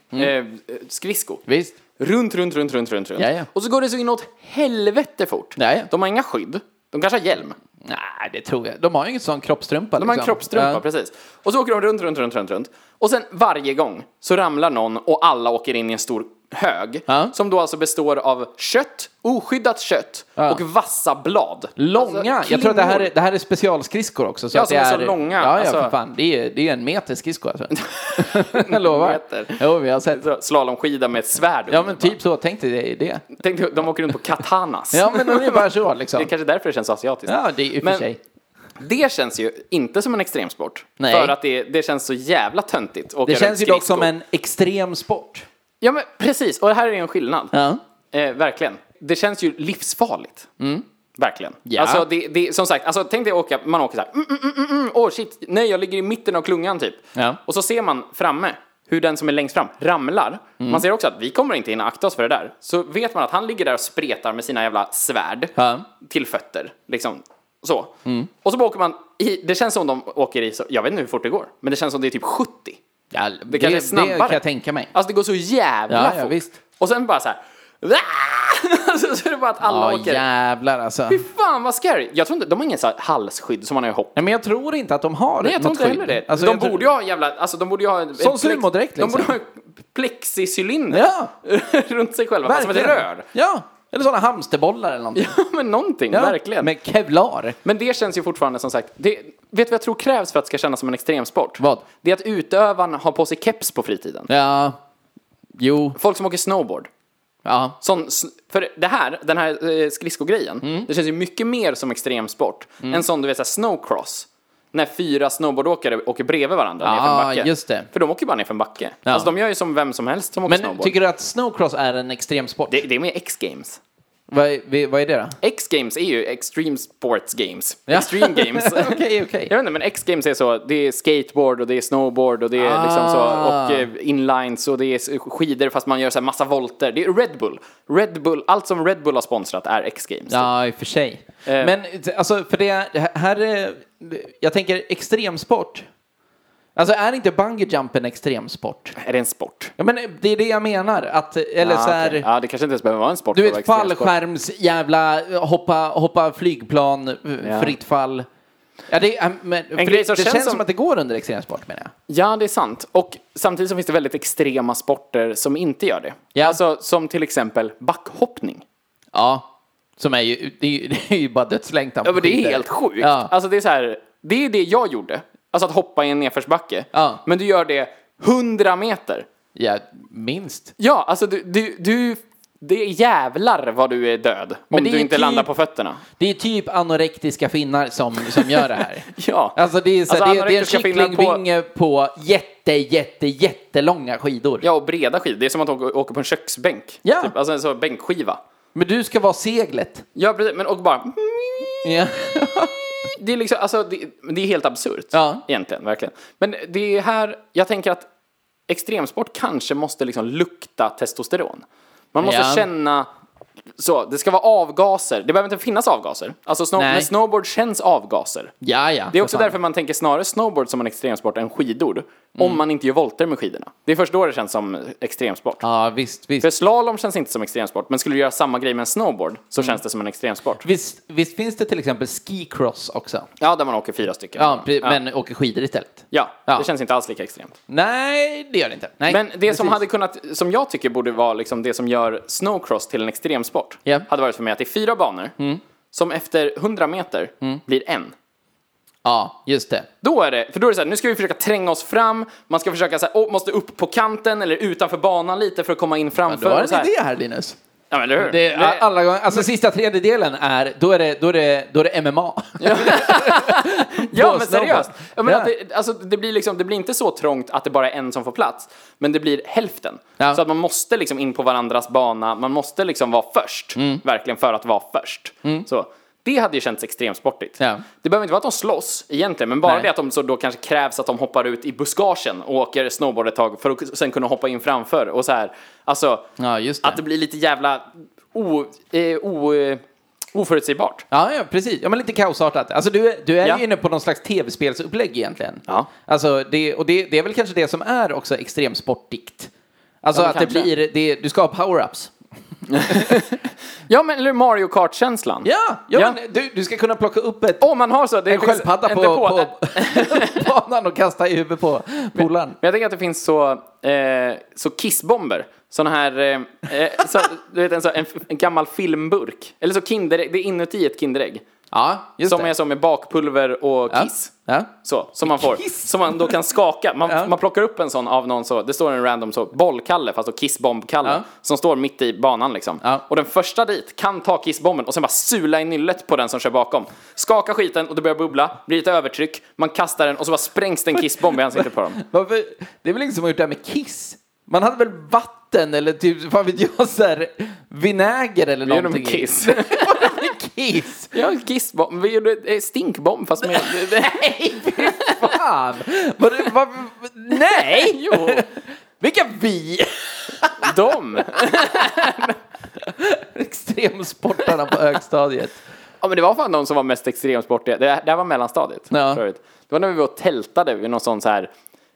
Eh, skridsko.
visst.
Runt, runt, runt, runt, runt, runt.
Jaja.
Och så går det så inåt helvete fort.
Jaja.
De har inga skydd. De kanske har hjälm.
Nej, det tror jag. De har ju ingen sån kroppstrumpa.
De har en
liksom.
kroppstrumpa,
Ja.
precis. Och så åker de runt, runt, runt, runt, runt. Och sen varje gång så ramlar någon och alla åker in i en stor hög.
Ja.
Som då alltså består av kött, oskyddat kött
Ja.
och vassa blad.
Långa.
Alltså,
jag tror att det här,
klinor.
är, det här är specialskridskor också. Så
Ja,
att det
som är
är,
så långa,
Ja, ja,
alltså.
för fan. Det är, det är en meter skridsko
[LAUGHS]
alltså. jag lovar.
Meter.
Jo, vi har sett.
Så Slalomskida med ett svärd.
Ja, men typ så. Tänk dig det. det.
Tänk, dig, de åker runt på katanas.
Ja, men ungefär så liksom.
Det är kanske därför det känns så asiatiskt.
Ja, det är i och för
Men-
sig.
Det känns ju inte som en extremsport.
Nej.
För att det, det känns så jävla töntigt. att åka
Det
runt
känns ju dock
skridsko.
som en extrem sport.
Ja men precis, och här är en skillnad.
Ja.
Eh, verkligen. Det känns ju livsfarligt. Verkligen.
Mm. Ja.
Alltså det, det, som sagt, alltså, tänk dig åka, man åker så här, mm, mm, mm, mm, mm, åh shit, nej jag ligger i mitten av klungan typ.
Ja.
Och så ser man framme hur den som är längst fram ramlar.
Mm.
Man ser också att vi kommer inte hinna akta oss för det där. Så vet man att han ligger där och spretar med sina jävla svärd
Ja. Mm.
till fötter. Liksom. Så. Och så bara åker man, i, det känns som de åker i, så, jag vet inte hur fort det går, men det känns som det är typ 70.
Ja, det,
kanske är
det
snabbare.
kan jag tänka mig.
Alltså det går så jävla
Ja, ja,
fort.
visst.
Och sen bara så här. [LAUGHS] alltså, så är det bara att alla
Ja,
åker.
jävlar alltså.
Fy fan vad scary. Jag tror inte, de har ingen så här halsskydd som man har i hockey.
Nej, men jag tror inte att de har
Nej jag tror
något
inte heller
skydd.
det.
Alltså,
de
jag tror-
borde ju ha jävla, alltså de borde ju ha en...
Som
en plex-
sumodräkt,
De borde
liksom.
ha en plexicylinder
Ja.
[LAUGHS] runt sig själva, bara som ett rör. [LAUGHS]
Ja, eller sådana hamsterbollar eller någonting.
Ja men någonting,
Ja,
verkligen. Men...
Med kevlar.
det känns ju fortfarande som sagt, det, vet du vad jag tror krävs för att det ska kännas som en extremsport?
Vad?
Det är att utövarna har på sig keps på fritiden.
Ja. Jo.
Folk som åker snowboard.
Ja.
Sån, s- för det här, den här eh, skridskogrejen,
Mm.
det känns ju mycket mer som extremsport än sån du vet såhär snowcross. När fyra snowboardåkare åker bredvid varandra
Ja,
nerför en backe.
Ah, just det.
För de åker ju bara nerför en backe. Alltså de gör ju som vem som helst som åker
Men
snowboard.
tycker du att snowcross är en extremsport?
Det, det är med X-games.
Vad, är, vi- vad är det då?
X-games är ju extreme sports games.
Ja.
Extreme
[LAUGHS]
games. [LAUGHS]
Okej, okej.
Jag vet inte, men X-games är så, det är skateboard och det är snowboard och det är liksom så,
Ah.
och eh, inlines och det är s- skidor fast man gör så här massa volter. Det är Red Bull. Red Bull, allt som Red Bull har sponsrat är X-games.
Ja, i och för sig.
Eh.
Men alltså, för det här är... Jag tänker extremsport. Alltså är inte bungee jump en extremsport?
Är det en sport?
Ja, men det är det jag menar. Att, eller
Ah,
så här...
okej. Ja, det kanske inte ens behöver vara en sport.
Du
för att
vet
vara extremsport.
fallskärms jävla hoppa, hoppa flygplan, eh,
Ja.
fritt fall. Ja, det, är- men, för
grej
det,
som
det
känns
känns som...
som
att det går under extremsport menar jag.
Ja, det är sant. Och samtidigt så finns det väldigt extrema sporter som inte gör det.
Ja.
Alltså som till exempel backhoppning.
Ja. Som är ju, det är ju, [LAUGHS] det är ju bara dödslängtan.
Ja, men det är helt sjukt.
Ja.
Alltså det är så här, det är det jag gjorde. Alltså att hoppa i en nedförsbacke.
Ja.
Men du gör det 100 meter.
Ja, minst.
Ja, alltså du, du, du det är jävlar vad du är död. om
det
du
är
inte
typ-
landar på fötterna.
Det är typ anorektiska finnar som, som gör det
[LAUGHS]
här.
Ja.
Alltså det är, så här,
Alltså,
det, är- det är en
anorektiska finnar på-
kycklingvinge på... jätte, jätte, jättelånga skidor.
Ja, och breda skidor. Det är som att åka, åka på en köksbänk.
Ja.
Typ. Alltså en sån bänkskiva.
Men du ska vara seglet.
Ja, precis. Men och bara... mm,
Ja.
det är liksom, alltså det, men det är helt absurt.
Ja.
Egentligen, verkligen. Men det är här, jag tänker att extremsport kanske måste liksom lukta testosteron. Man måste
Ja.
känna, så, det ska vara avgaser. Det behöver inte finnas avgaser. Alltså snow,
Nej.
men snowboard känns avgaser.
ja, ja.
Det är också
för fan.
därför man tänker snarare snowboard som en extremsport än skidor.
Mm.
Om man inte gör volter med skidorna. Det är först då det känns som extremsport.
Ja, visst,
För
visst.
slalom känns inte som extremsport, men skulle du göra samma grej med en snowboard
Mm.
så känns det som en extremsport.
Visst, visst finns det till exempel skicross också?
Ja, där man åker fyra stycken.
Ja, pre- men åker skidor istället.
Ja,
Ja.
det känns inte alls lika extremt.
Nej, det gör det inte. Nej,
Men det som
precis.
hade kunnat, som jag tycker borde vara liksom det som gör snowcross till en extremsport,
Ja. Mm.
hade varit för mig att det är fyra banor som efter 100 meter blir en.
Ja, just det.
Då är det, för då är det så här, nu ska vi försöka tränga oss fram, man ska försöka så här, åh, måste upp på kanten eller utanför banan lite för att komma in
Du
framför.
har
och så
en
här.
idé här, Linus.
Ja, men eller hur?
Det är
Det-
alla gånger, alltså sista tredjedelen är, då är det, då är det, då är det MMA.
Ja, men
snowboard.
seriöst. Ja, men
Ja.
att det, alltså, det, blir liksom, det blir inte så trångt att det bara är en som får plats, men det blir hälften.
Ja.
Så att man måste liksom in på varandras bana, man måste liksom vara först, verkligen för att vara först. Så, det hade ju känts extremsportigt.
Ja.
Det behöver inte vara att de slåss egentligen, men bara
Nej.
det att de så då kanske krävs att de hoppar ut i buskagen och åker snowboard ett tag för att sen kunna hoppa in framför och så här. Alltså,
Ja, just
att
det.
det blir lite jävla o, eh, o, eh, oförutsägbart.
Ja, ja, precis. Ja, men lite kaosartat. Alltså, du, är- du är
Ja.
ju inne på någon slags tv-spelsupplägg egentligen.
Ja.
Alltså, det, och det, det är väl kanske det som är också extremsportigt. Alltså
Ja, men
att det
kanske.
blir, det, du ska ha power-ups.
Ja, men eller Mario Kart-känslan.
Ja, ja,
Ja.
Men, du, du ska kunna plocka upp ett,
Om man har så, det
en
finns
sköldpadda
en
på,
depå.
på [LAUGHS] banan och kasta i huvudet på polaren.
Men jag tänker att det finns så, eh, så kissbomber. Såna här, eh, eh, så, du vet en, så, en, en gammal filmburk. Eller så kinderägg, det är inuti ett kinderägg.
Ja, just
Som
det.
är som med bakpulver och
Ja.
kiss.
Ja.
Så, som man får.
Kiss?
Som man då kan skaka. Man,
Ja.
man plockar upp en sån av någon så, det står en random så, bollkalle, fast då kissbombkalle.
Ja.
Som står mitt i banan liksom.
Ja.
Och den första dit kan ta kissbomben och sen bara sula i nyllet på den som kör bakom. Skaka skiten och det börjar bubbla, blir lite övertryck, man kastar den och så bara sprängs det en kissbomb i ansiktet på dem.
Varför? Det är väl ingen som har gjort det här med Kiss? Man hade väl vatten eller typ, vad vet jag, så här, vinäger eller
Vi
[LAUGHS]
gjorde
någonting.
med
i. [LAUGHS]
kiss.
Vad är det med kiss?
Ja, kissbomb. Vi gjorde eh, stinkbomb
[LAUGHS]
fast med... Nej!
Fan! Var det, var,
[LAUGHS]
nej! Jo! Vilka vi? [LAUGHS]
Dem!
Extremsportarna på högstadiet.
Ja men det var fan de som var mest extremsportiga. Det, det här var mellanstadiet.
Ja.
för övrigt. Det var när vi var och tältade vid någon sån så här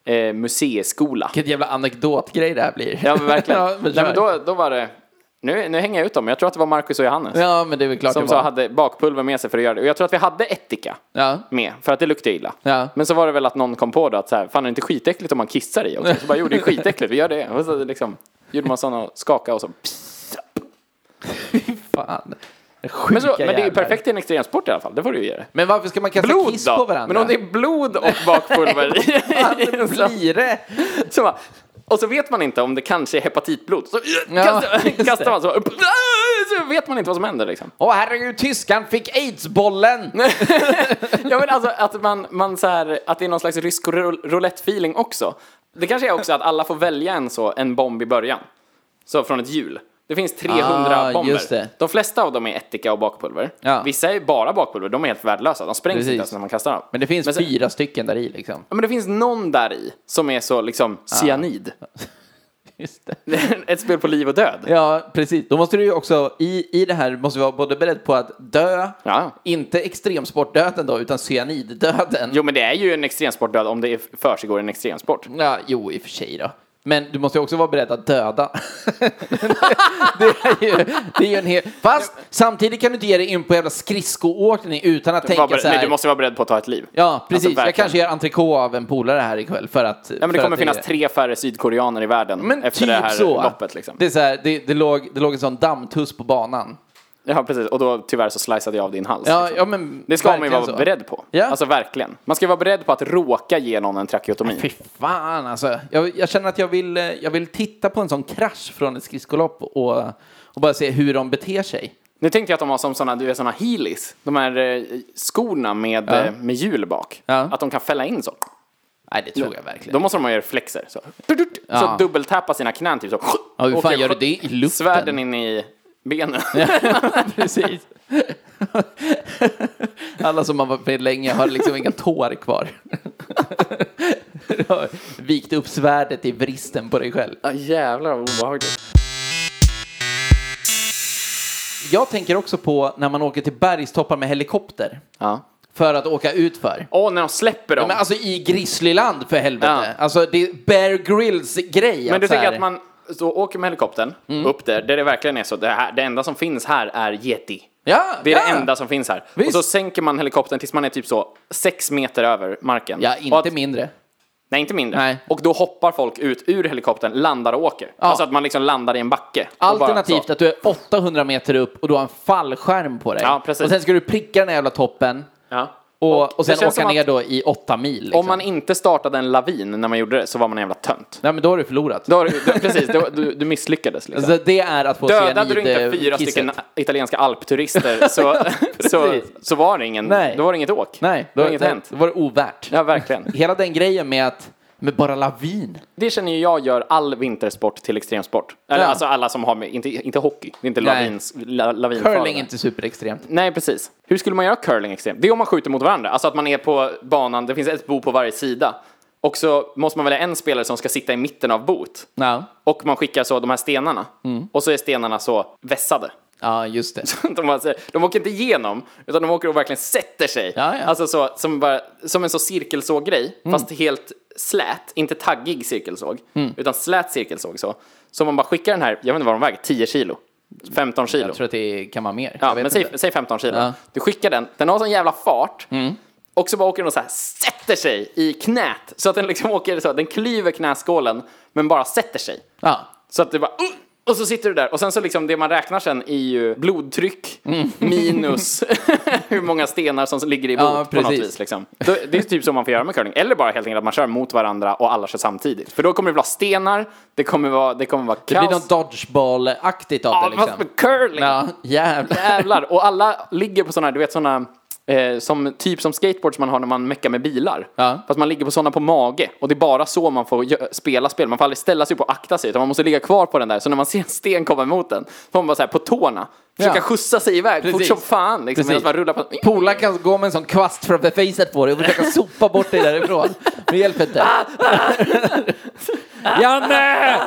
eh, museiskola.
Vilken jävla anekdotgrej det här blir.
Ja men
[LAUGHS]
verkligen.
ja, men,
Nej, men
då,
då, då var det... Nu, nu hänger jag ut dem, jag tror att det var Marcus och Johannes.
ja, men det är väl klart
Som
det
så
var.
hade bakpulver med sig för att göra det. Och jag tror att vi hade ättika
Ja.
med, för att det luktade illa.
Ja.
Men så var det väl att någon kom på då att så här, fan är det inte skitäckligt om man kissar i också? Så bara, jo det är skitäckligt, vi gör det. Och så liksom, gjorde man sådana och skakade och så.
Fan.
Men, så,
Sjuka
men det är ju
jävlar.
perfekt i en extremsport i alla fall, det får du ju ge det.
Men varför ska man kasta
Blod
kiss på
då?
varandra?
Men om det är
[LAUGHS]
blod och bakpulver i- i [LAUGHS] en sån-
blir det.
så bara, Och så vet man inte om det kanske är hepatitblod. Så
Ja, just
[LAUGHS] kastar,
det.
kastar man så, bara- [LAUGHS] så vet man inte vad som händer liksom.
Åh herregud, tyskan fick aidsbollen!
Ja men alltså att man, man så här, att det är någon slags rysk roul- roulette-feeling också. Det kanske är också att alla får välja en så, en bomb i början. Så från ett hjul. Det finns 300
Ah,
bomber.
just det.
De flesta av dem är ättika och bakpulver.
Ja.
Vissa är bara bakpulver, de är helt värdelösa. De sprängs
Precis.
inte ens när man kastar dem.
Men det finns
Men sen-
fyra stycken där i
[LAUGHS]
liksom.
Ja, men det finns någon där i som är så liksom
Ah.
cyanid. [LAUGHS]
Just det.
Ett spel på liv och död.
Ja, precis. Då måste du ju också, i, i det här måste vi vara både beredd på att dö,
Ja.
inte extremsportdöden då, utan cyaniddöden.
Jo men det är ju en extremsport död om det är- försiggår en extremsport.
Ja, jo, i och för sig då. Men du måste ju också vara beredd att döda. [LAUGHS] det, är ju, det är ju en hel... Fast samtidigt kan du inte ge dig in på jävla skridskoåkning utan att
Var
tänka
beredd-
så här...
Nej, du måste vara beredd på att ta ett liv.
Ja, precis. jag
verkligen.
kanske gör entrecote av en polare här ikväll för att...
Ja, men det kommer finnas tre färre sydkoreaner i världen
Men
efter
typ
det här
så.
loppet. Liksom.
Det, är så här, det, det, låg, det låg en sån dammtuss på banan.
Ja, precis. Och då tyvärr så sliceade jag av din hals.
Ja,
liksom.
ja, men
Det ska man ju
verkligen
vara
så.
beredd på.
Ja.
Alltså verkligen. Man ska vara beredd på att råka ge någon en trakeotomi.
Ah, Fy fan alltså. Jag, jag känner att jag vill, eh, jag vill titta på en sån krasch från ett skridskolopp och, och bara se hur de beter sig.
Nu tänkte jag att de har som såna, du vet, såna heelys. De här eh, skorna med, eh, med hjul bak.
Ja.
Att de kan fälla in så.
Nej, det tror jag verkligen.
Då måste de ha reflexer. Så, Tutut. så
Ja.
dubbeltappa sina knän typ så.
Ja, hur fan
Åker
gör du det i luften?
Svärden in i benen.
[LAUGHS] Precis. Alla som har varit med länge har liksom inga tår kvar. [LAUGHS] Du har vikt upp svärdet i vristen på dig själv.
Ja, jävlar vad obehagligt.
Jag tänker också på när man åker till bergstoppar med helikopter.
Ja.
för att åka utför.
Åh, när de släpper dem.
Men alltså i Grizzlyland för helvete.
Ja.
Alltså det är Bear Grylls grej.
Men du
så
tänker
här- Mm.
att man så åker med helikoptern upp där, där det verkligen är så. Det, här, det enda som finns här är Yeti.
Ja,
Det är det
ja.
enda som finns här.
Visst.
Och så sänker man helikoptern tills man är typ så sex meter över marken.
Ja,
Och
inte
att,
mindre.
Nej, inte mindre.
Nej.
Och då hoppar folk ut ur helikoptern, landar och åker. Alltså att man liksom landar i en backe. och bara
Alternativt
så.
att du är 800 meter upp och du har en fallskärm på dig.
Ja, precis.
Och sen ska du pricka den här jävla toppen
Ja.
och, och
det
sen
känns
åka
som
ner
att
då i 8 mil. Liksom.
Om man inte startade en lavin när man gjorde det så var man en jävla tönt.
Nej, men då har du förlorat.
Då har du, då, precis, då, du, du misslyckades liksom.
Alltså, det är att få
Dödade du inte
cyanid, eh,
fyra
kisset.
stycken
[LAUGHS]
italienska alpturister så, så,
Precis.
så var det ingen,
Nej.
då var det inget åk.
Nej, då,
då har inget
nej,
hänt.
då var det ovärt.
Ja, verkligen.
Hela den grejen med att, med bara lavin.
Det känner ju jag gör all vintersport till extremsport. Eller
Ja.
alltså alla som har med, inte, inte hockey, det är inte
Nej.
lavins, la, lavinfarare.
Curling är inte superextremt.
Nej, precis. Hur skulle man göra curling extremt? Det är om man skjuter mot varandra. Alltså att man är på banan, det finns ett bo på varje sida. Och så måste man välja en spelare som ska sitta i mitten av boet.
Ja,
Och man skickar så de här stenarna.
Mm.
Och så är stenarna så vässade.
ja just det.
[LAUGHS] De, bara, säger- de åker inte igenom, utan de åker och verkligen sätter sig.
Ja, Mm. ja.
Alltså så, som, bara, som en så cirkelsåg-grej, fast helt slät, inte taggig cirkelsåg,
Mm.
utan slät cirkelsåg så. Så man bara skickar den här, jag vet inte vad de väger, 10 kilo, 15 kilo.
Jag tror att det kan vara mer.
ja,
Jag vet
men säg,
inte.
säg 15 kilo.
Ja. Mm.
Du skickar den, den har sån jävla fart. Och så bara åker den och så här sätter sig i knät. Så att den liksom åker så, den klyver knäskålen, men bara sätter sig.
Ja.
Så att det bara... "Uh!" Och så sitter du där och sen så liksom det man räknar sen är ju blodtryck minus [LAUGHS] hur många stenar som ligger i bot
Ja,
på något
precis.
vis. Liksom. Då- Det är typ så man får göra med curling. Eller bara helt enkelt att man kör mot varandra och alla kör samtidigt. För då kommer det vara stenar, det kommer vara, det kommer vara
Det blir
kaos.
något dodgeball-aktigt av
ja,
det
fast
liksom.
med curling!
Ja, jävlar.
Jävlar! Och alla ligger på sådana, du vet sådana, eh, som, typ som skateboards man har när man meckar med bilar.
Ja.
Fast man ligger på sådana på mage. Och det är bara så man får gö- spela spel. Man får aldrig ställa sig upp och akta sig, utan man måste ligga kvar på den där. Så när man ser en sten komma emot den, får man bara såhär på tårna. Försöka
Ja.
skjutsa sig iväg fort
Precis.
som fan. Liksom,
Precis.
medan man rullar på...
Polaren kan gå med en sån kvast framför facet på dig och
[LAUGHS]
försöka sopa bort dig därifrån. Men Det hjälper inte. Janne!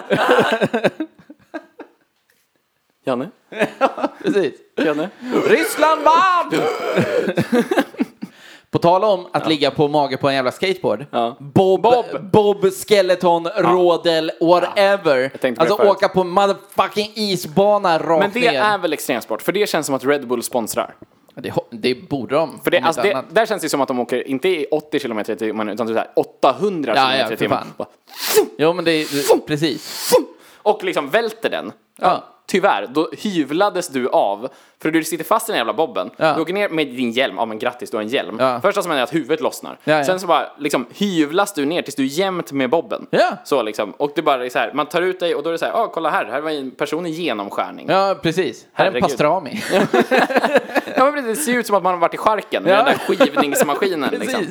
Janne?
Precis.
Janne?
Ryssland vann! [LAUGHS] På tal om att ligga på mage på en jävla skateboard.
Ja.
Bob,
Bob.
Bob. Skeleton, Rodel, whatever.
tänkte på det
Alltså
förut.
åka på en motherfucking isbana rakt
Men det
ner.
är väl extremsport? För det känns som att Red Bull sponsrar.
Det, ho- det borde de.
För det,
om inte
alltså det,
annat.
där känns det som att de åker, inte i 80 km i timmen, utan typ så här 800
Ja,
km
ja,
i
för
timmen.
fan.
Bara-
Jo men det är precis.
Och liksom välter den.
Ja.
Tyvärr, då hyvlades du av. För du sitter fast i den jävla bobben.
Ja.
Du åker ner med din hjälm. Ja men grattis, du har en hjälm.
Ja.
Första som händer är att huvudet lossnar.
Ja, ja.
Sen så bara liksom hyvlas du ner tills du är jämnt med bobben.
Ja.
Så liksom. Och det bara är så här, man tar ut dig och då är det så här, ja kolla här, här var en person
[LAUGHS]
i genomskärning.
Ja precis. Här är en
Herregud. [LAUGHS]
pastrami.
Ja, men precis, det ser ut som att man har varit i charken med
Ja.
den där skivningsmaskinen.
Precis.
liksom.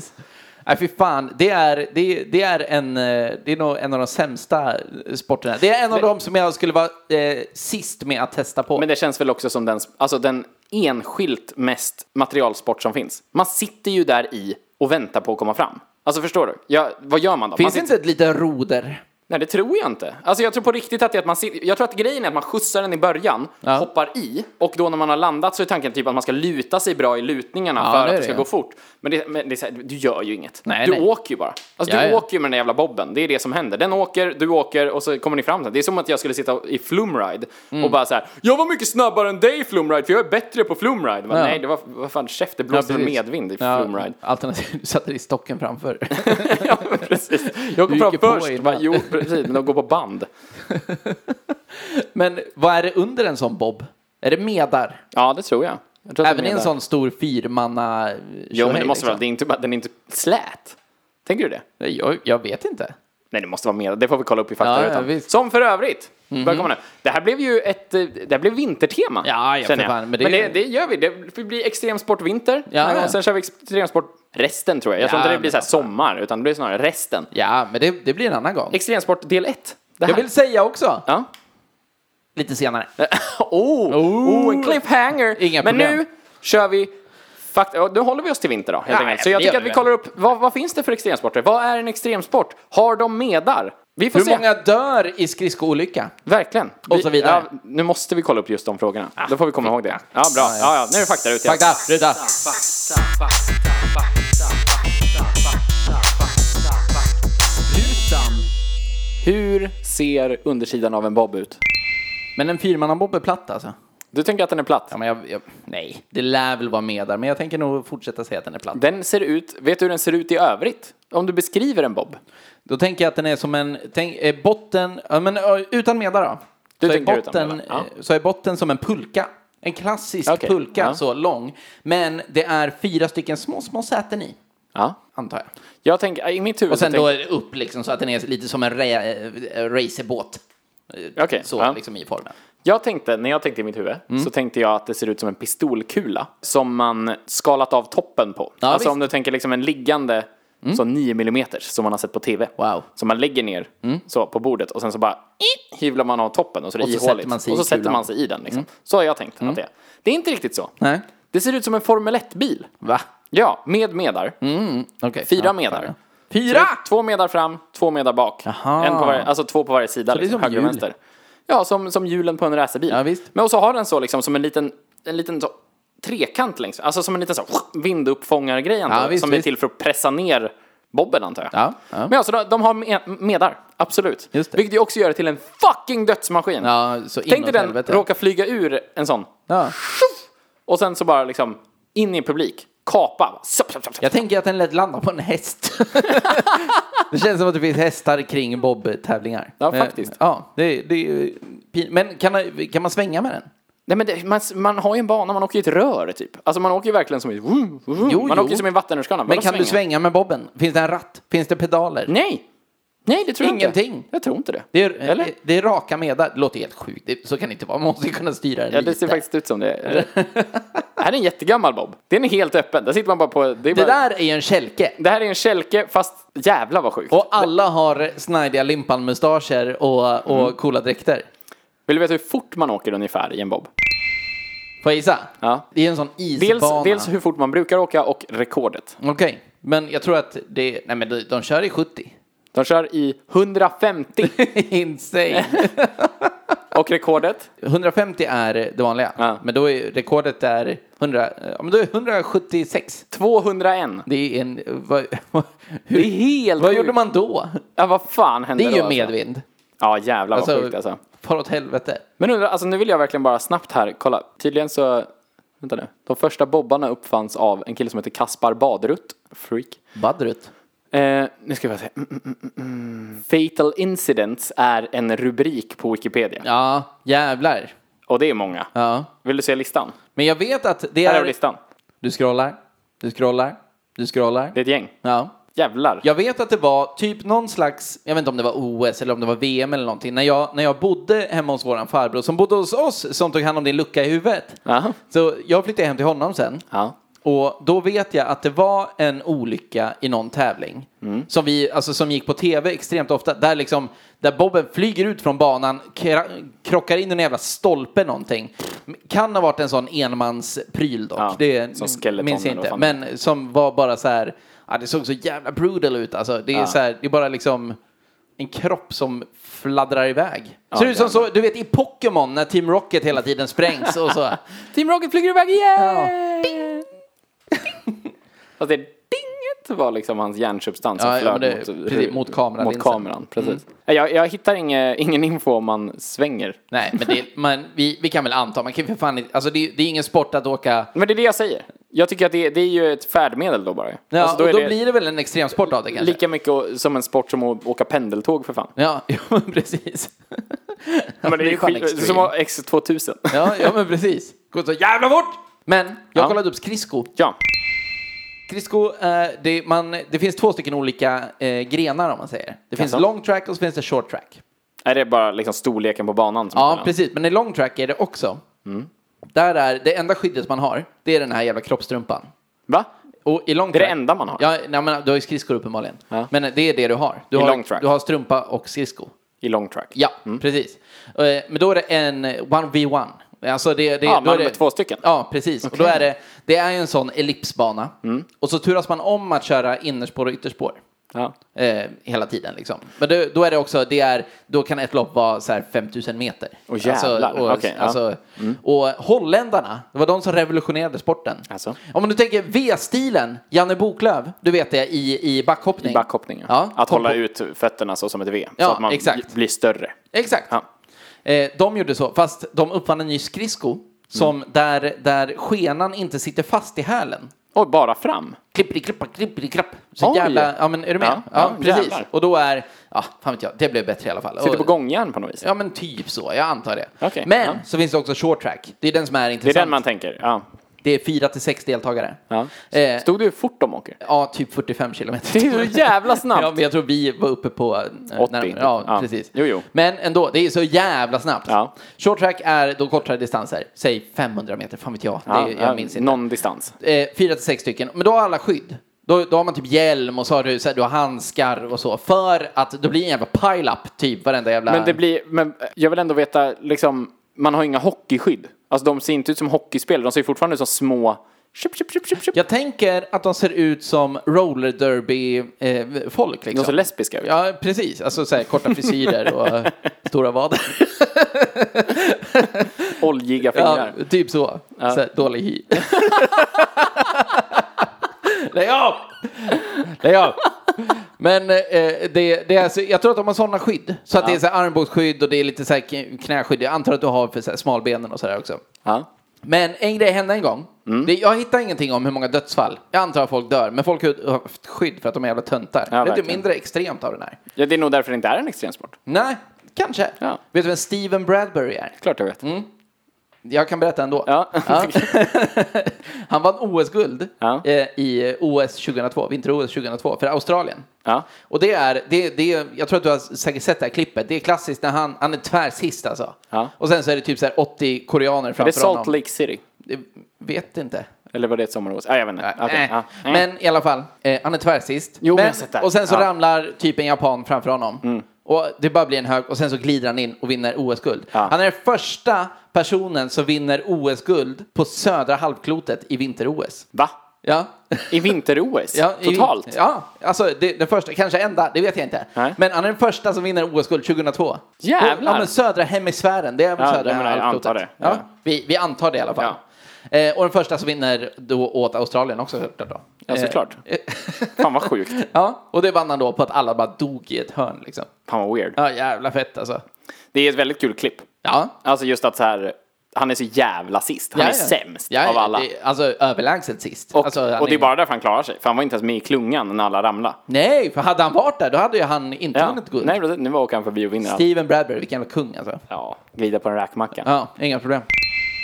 Nej fy fan, det är, det, det är, en, eh, det är nog en av de sämsta eh, sporterna. Det är en av de som jag skulle vara eh, sist med att testa på.
Men det känns väl också som den, alltså den enskilt mest materialsport som finns. Man sitter ju där i och väntar på att komma fram. Alltså förstår du? Ja, vad gör man då? man
Finns
sitter-
inte ett litet roder?
Nej, det tror jag inte. Alltså jag tror på riktigt att det är att man sitter, jag tror att grejen är att man skjutsar den i början,
Ja.
hoppar i och då när man har landat så är tanken typ att man ska luta sig bra i lutningarna
Ja,
för
det
att
är
det ska
det.
gå fort. Men, det, men det är så här, du gör ju inget.
Nej,
du
nej.
åker ju bara. Alltså du
Ja, ja.
åker ju med den där jävla bobben. Det är det som händer. Den åker, du åker och så kommer ni fram sen. Det är som att jag skulle sitta i flumride
Mm.
och bara så här, jag var mycket snabbare än dig i flumride för jag är bättre på flumride. Men,
Ja.
Nej, det var, vad fan, käft, det blåste
Ja, precis.
medvind i
Ja,
flumride. [LAUGHS]
Alternativt, [LAUGHS] du satte dig i stocken framför. [LAUGHS]
ja, men precis. Jag kom
Du
fram
gick ju på
först.
innan.
Bara, jo, precis, men de går på band.
Men vad är det under en sån bob? Är det medar?
Ja, det tror jag. jag tror att
Även i
de är
en
där.
sån liksom. stor fyrmanna...
Jo, men det måste vara, det är inte bara, den är inte slät. Tänker du det?
vara... Jag, jag vet inte.
Nej, det måste vara mer, det får vi kolla upp i
Ja, ja,
faktarutan.
visst. Mhm.
Som för övrigt, börjar komma nu. Det här blev ju ett, eh, det här blev vintertema.
Ja, ja,
känner
för
jag.
fan,
men,
men
det,
det-
det, gör vi. Det blir extremsport vinter,
Ja,
och
ja.
sen kör vi extremsport resten tror jag. Jag tror
Ja,
inte det blir
men
så här
vad fan.
sommar, utan det blir snarare resten.
Ja, men det, det blir en annan gång.
Extremsport del 1. Det här.
Jag vill säga också,
Ja.
lite senare.
Oh, oh. en cliffhanger!
Inga
Men
problem.
nu kör vi fakta. ja, Nu håller vi oss till vinter då, helt
Ja,
enkelt.
ja,
Så
det
jag tycker
gör
att vi
vi.
kollar upp, vad, vad finns det för extremsporter? Vad är en extremsport? Har de medar? Vi får
Hur
se.
många dör i skridskoolycka?
Verkligen.
Och
Vi-
så vidare. Ah,
Ja, nu måste vi kolla upp just de frågorna. Då får vi komma ihåg det. Ja, bra. Ja, ja, nu är det fakta ut igen.
Fakta, ruta.
Fakta, fakta, fakta. Hur ser undersidan av en bob ut?
Men en fyrmannabob är platt alltså?
Du tänker att den är platt?
Ja, men jag, jag, nej, det lär väl vara med där, men jag tänker nog fortsätta säga att den är platt.
Den ser ut, vet du hur den ser ut i övrigt? Om du beskriver en bob?
Då tänker jag att den är som en, tänk, eh, botten, ja, men eh, utan meda då.
Du
så, är
tänker utan
botten,
meda, ja.
eh, så är botten som en pulka. En klassisk
Okej,
pulka,
ja.
så lång. Men det är fyra stycken små, små säten i,
Ja.
antar jag.
Jag tänker, i mitt huvud
Och sen
så
då
tänker
är det upp liksom så att den är lite som en ra- eh, racerbåt. Eh,
Okej,
så
ja.
liksom i formen.
Jag tänkte, när jag tänkte i mitt huvud,
Mm.
så tänkte jag att det ser ut som en pistolkula som man skalat av toppen på.
Ja,
alltså
visst.
om du tänker liksom en liggande så 9 mm som man har sett på tv.
Wow. Mm.
Som man lägger ner så på bordet och sen så bara hyvlar man av toppen och så är det
Och så
ihåligt.
sätter man sig
och så
i
sätter
kulan.
man sig i den liksom. Så har jag tänkt att det är. Det är inte riktigt så.
Nej.
Det ser ut som en Formel 1-bil.
Va?
Ja, med medar.
Okej.
Fyra
Ja,
medar.
ja.
Så det
Fyra!
är Två medar fram, två medar bak.
Jaha.
En på varje, alltså två på varje sida,
det är
liksom,
som
höger och
hjul.
vänster. Ja, som, som hjulen på en racerbil.
Ja, visst.
Men och så har den så liksom som en liten, en liten så, trekant längst, alltså som en liten så vinduppfångargrej antar
Ja,
jag,
visst,
som är
visst.
till för att pressa ner bobben antar jag.
Ja, ja.
Men alltså, de, de har med, medar, absolut.
Just det.
Vilket ju också gör det till en fucking dödsmaskin.
Ja, så
Tänk dig
inåt
den
helvete.
råka flyga ur en sån
Ja.
och sen så bara liksom in i publik, kapa. Sup, sup, sup, sup.
Jag tänker att den lätt landar på en
[LAUGHS]
häst. det känns som att det finns hästar kring bob-tävlingar.
Ja,
Men-
faktiskt.
Ja, det, det är ju pin- Men kan, kan man svänga med den?
Nej men det, man, man har ju en bana, man åker i ett rör typ. Alltså man åker ju verkligen som i... Vroom, vroom.
Jo,
man
jo.
åker ju som i en vattenrutschkana.
Men
Vadå
kan du svänga med bobben? Finns det en ratt? Finns det pedaler?
Nej! Nej, det tror jag
Ingenting.
inte. Jag tror inte det.
Det är,
Eller?
det, är raka medar. Det låter helt sjukt. Det, så kan det inte vara. Man måste ju kunna styra den
Ja, det
lite.
ser faktiskt ut som det. Är. det här är en jättegammal bob. Den är helt öppen. Där sitter man bara på... Det, är
Det
bara,
där är ju en kälke.
det här är en kälke, fast jävla vad sjukt.
Och alla har snajdiga limpan-mustascher och, och
Mm.
coola dräkter.
Vill du veta hur fort man åker ungefär i en bob?
Får jag gissa?
Ja.
Det är en sån isbana.
Dels, dels hur fort man brukar åka och rekordet.
Okej, men jag tror att det... Nej, men de, de kör i 70.
De kör i 150
[LAUGHS] Insane.
och rekordet.
150 är det vanliga.
Ja.
Men då är rekordet är 100, ja, men då är 176.
201.
Det är en... Vad, hur,
Det är helt
vad
sjukt.
gjorde man då?
Ja, vad fan hände
Det är
då?
ju
alltså?
medvind.
Ja, jävlar vad
Alltså-
sjukt alltså.
Far åt helvete.
Men undrar, alltså nu vill jag verkligen bara snabbt här kolla. Tydligen så, vänta nu. De första bobbarna uppfanns av en kille som heter Kaspar Badrutt. Freak.
Badrut.
Eh, nu ska vi bara se. Mm, mm, mm, mm. Fatal Incidents är en rubrik på Wikipedia.
Ja, jävlar.
Och det är många.
Ja.
Vill du se listan?
Men jag vet att det
Här har vi
är...
listan.
Du scrollar, du scrollar, du scrollar.
Det är ett gäng.
Ja.
Jävlar.
Jag vet att det var typ någon slags, jag vet inte om det var OS eller om det var VM eller någonting, när jag, när jag bodde hemma hos våran farbror som bodde hos oss som tog hand om din lucka i huvudet.
Aha.
Så jag flyttade hem till honom sen.
Ja.
Och då vet jag att det var en olycka i någon tävling
Mm.
som, vi, alltså, som gick på tv extremt ofta. Där, liksom, där bobben flyger ut från banan, kra- krockar in i en jävla stolpe någonting. Kan ha varit en sån enmanspryl dock.
Ja,
det
som Skeleton
minns jag
eller vad
inte.
fan.
Men som var bara så här, ja, det såg så jävla brutal ut. Alltså, det, är
Ja.
så här, det är bara liksom en kropp som fladdrar iväg.
Ja,
Ser ut som
jävlar.
så, du vet i Pokémon när Team Rocket hela tiden sprängs och
[LAUGHS]
så.
Team Rocket flyger iväg igen! Fast Alltså, det dinget var liksom hans hjärnsubstans som
Ja, ja,
flög
men det-
mot,
precis, mot kameran,
Mot
linsen.
kameran precis.
Mm.
Jag, jag hittar inge, ingen info om man svänger.
Nej, men, det, man, vi, vi kan väl anta, man kan ju för fan inte, alltså det, det är ingen sport att åka.
Men det är det jag säger. Jag tycker att det, det är ju ett färdmedel då bara.
Ja,
Alltså,
och då
är det
blir det väl en extremsport av det kanske?
lika mycket å- som en sport som att åka pendeltåg för fan.
Ja, [LAUGHS] ja men precis.
Men det är
fan
skit,
extreme.
som att ha X2000.
ja, ja, men precis. Går så jävla fort! Men jag
Ja.
kollade upp skridsko.
[LAUGHS] ja.
Skridsko, eh, det, man, det finns två stycken olika eh, grenar om man säger. Det finns
Jaså?
long track och så finns det short track.
Är det bara liksom storleken på banan som är
Ja, Mm.
skillnaden?
precis. Men i long track är det också. Där är det enda skyddet man har, det är den här jävla kroppstrumpan.
Va?
Och i long
Det är det
track-
enda man har.
Ja, nej, men du har ju skridskor uppenbarligen.
Ja.
Men det är det du har. Du,
I
har,
long track.
du
Mm.
har strumpa och skridsko.
I long track.
Ja, precis. Eh, Men då är det en 1v1. Alltså det, det,
Ja,
då
man
är det,
med två stycken.
Ja, precis. Och då
Mm.
är det, det är ju en sån ellipsbana. Och så turas man om att köra innerspår och ytterspår.
Ja.
eh, hela tiden. Liksom. Men då, då är det också, det är, då kan ett lopp vara så här 5000 meter.
Åh, jävlar.
och,
Okej, ja. Mm.
alltså, och holländarna, det var de som revolutionerade sporten.
Alltså?
Om du tänker V-stilen, Janne Boklöv, du vet det, i, i backhoppning.
I backhoppningen.
Ja.
Att
Kom
hålla
på-
ut fötterna så som ett V.
Ja,
så att man
exakt.
blir större.
Exakt.
Ja.
Eh, de gjorde så, fast de uppfann en ny skridsko som
Mm.
där, där skenan inte sitter fast i hälen.
Och bara fram.
Klippidi-klippa, klippidi-klapp. Så
Oj.
jävla... Ja, men är du med?
Ja,
Ja,
ja,
precis.
jävlar.
Och då är... Ja, fan vet jag. Det blev bättre i alla fall.
Sitter
Och-
på gångjärn på något vis.
Ja, men typ så. Jag antar det.
Okej,
men
ja.
så finns det också short track. Det är den som är
Det är
intressant.
den man tänker. Ja.
Det är fyra till sex deltagare.
Ja.
Eh,
Stod det hur fort
[LAUGHS]
de åker?
Ja, typ 45 kilometer.
Det är så jävla snabbt.
Ja, men jag tror vi var uppe på... eh,
80.
närmare. Ja,
Ja.
precis.
Jo, jo.
Men ändå, det är så jävla snabbt.
Ja.
Short track är då kortare distanser. Säg 500 meter, fan vet jag.
Ja,
det, är-
ja,
jag minns inte.
någon distans.
Eh, fyra till sex stycken. Men då har alla skydd. Då, då har man typ hjälm och så har du, så här, du har handskar och så. För att det blir en jävla pile-up typ varenda jävla...
Men det blir, men jag vill ändå veta, liksom, man har inga hockeyskydd. Alltså de ser inte ut som hockeyspelare, de ser ju fortfarande ut som små... Tjup, tjup, tjup, tjup, tjup.
Jag tänker att de ser ut som roller derby-folk.
De ser
liksom.
lesbiska ut.
Ja, precis. Alltså så här, korta frisyrer och [LAUGHS] eh, stora vader.
Oljiga
Ja,
fingrar.
typ så. så här, dålig hy. [LAUGHS] Lägg av! Lägg av! Men eh, det, det är alltså, jag tror att de har sådana skydd. Så att det är så här armbågsskydd och det är lite så här kn- knäskydd. Jag antar att du har för så här smalbenen och sådär också.
Ja.
Men en grej hände en gång.
Mm.
Det, jag hittar ingenting om hur många dödsfall. Jag antar att folk dör, men folk har ju haft skydd för att de är jävla töntar. det är lite
verkligen.
mindre extremt av den här.
Ja, det är nog därför det inte är en extremsport.
Nej, kanske.
Ja.
Vet du vem Steven Bradbury är?
Klart jag vet.
Mm. Jag kan berätta ändå.
Ja.
[LAUGHS] Han vann OS-guld
Ja.
eh, i OS 2002, vinter-OS 2002, för Australien.
Ja.
Och det är, det, det, jag tror att du har säkert sett det här klippet, det är klassiskt när han, han är tvärsist alltså.
Ja.
Och sen så är det typ så här 80 koreaner
Är
framför
det Salt
honom.
Lake City?
Det- Vet inte.
Eller var det ett sommar-OS? Ja, jag vet inte. Okej,
Äh.
ja. Mm.
Men i alla fall, eh, han är tvärsist.
Jo, men
men,
jag har sett det.
och sen så
Ja. Mm.
ramlar typ en japan framför honom. Och det bara blir en hög och sen så glider han in och vinner OS-guld.
Ja.
Han är den första personen som vinner OS-guld på södra halvklotet i vinter-OS.
Va?
Ja.
I vinter-OS?
Ja, i-
Totalt?
Ja, alltså det, den första, kanske enda, det vet jag inte.
Nej.
Men han är den första som vinner OS-guld 2002.
Jävlar!
Ja, men södra hemisfären, det är väl
Ja,
södra
det menar jag, jag
halvklotet.
antar det.
Ja.
Ja.
Vi, vi antar det i alla fall. Eh, och den första som vinner då åt Australien också såklart då.
Ja, såklart.
Eh.
[LAUGHS] Fan vad sjukt.
Ja, och det vann han då på att alla bara dog i ett hörn liksom.
Fan vad weird.
Ja, jävla fett alltså.
Det är ett väldigt kul klipp.
Ja.
Alltså just att så här, han är så jävla sist. Han
Ja,
är
ja.
sämst
Ja,
av
ja,
alla.
det- alltså överlägset sist.
Och,
alltså, han
och det är bara därför han klarar sig. För han var inte ens med i klungan när alla ramlade.
Nej, för hade han varit där då hade ju han inte
Ja.
vunnit guld.
Nej, precis. nu åker han förbi och vinner allt.
Steven Bradbury, vilken jävla kung alltså.
Ja, glida på en räkmacka.
Ja, inga problem.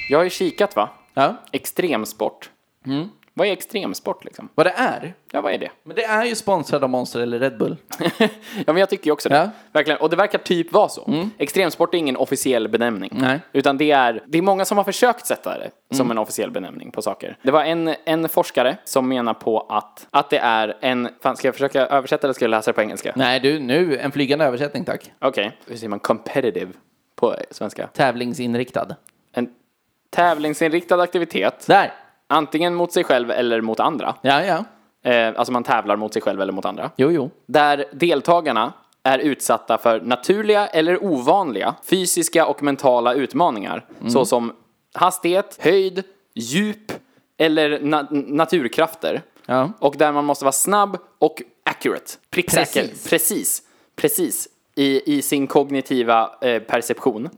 Jag har ju kikat va?
Ja.
Extremsport.
Mm.
Vad är extremsport liksom?
Vad det är?
Ja, vad är det?
Men det är ju sponsrad av Monster eller Red Bull.
ja, men jag tycker ju också det.
Ja. Mm.
Verkligen. Och det verkar typ vara så. Extremsport är ingen officiell benämning.
Nej. Mm.
Utan det är, det är många som har försökt sätta det som en officiell benämning på saker. Det var en, en forskare som menar på att, att det är en... Fan, ska jag försöka översätta eller ska jag läsa det på engelska?
Nej du, nu en flygande översättning tack.
Okej. Hur säger man competitive på svenska?
Tävlingsinriktad.
En tävlingsinriktad aktivitet.
Där!
Antingen mot sig själv eller mot andra.
Ja, ja.
Eh, alltså man tävlar mot sig själv eller mot andra.
Jo, jo.
där deltagarna är utsatta för naturliga eller ovanliga fysiska och mentala utmaningar såsom hastighet, höjd, djup eller na- naturkrafter.
Ja.
[LAUGHS] Och där man måste vara snabb och accurate, pricksäker,
Precis.
precis, precis, i, i sin kognitiva eh, perception.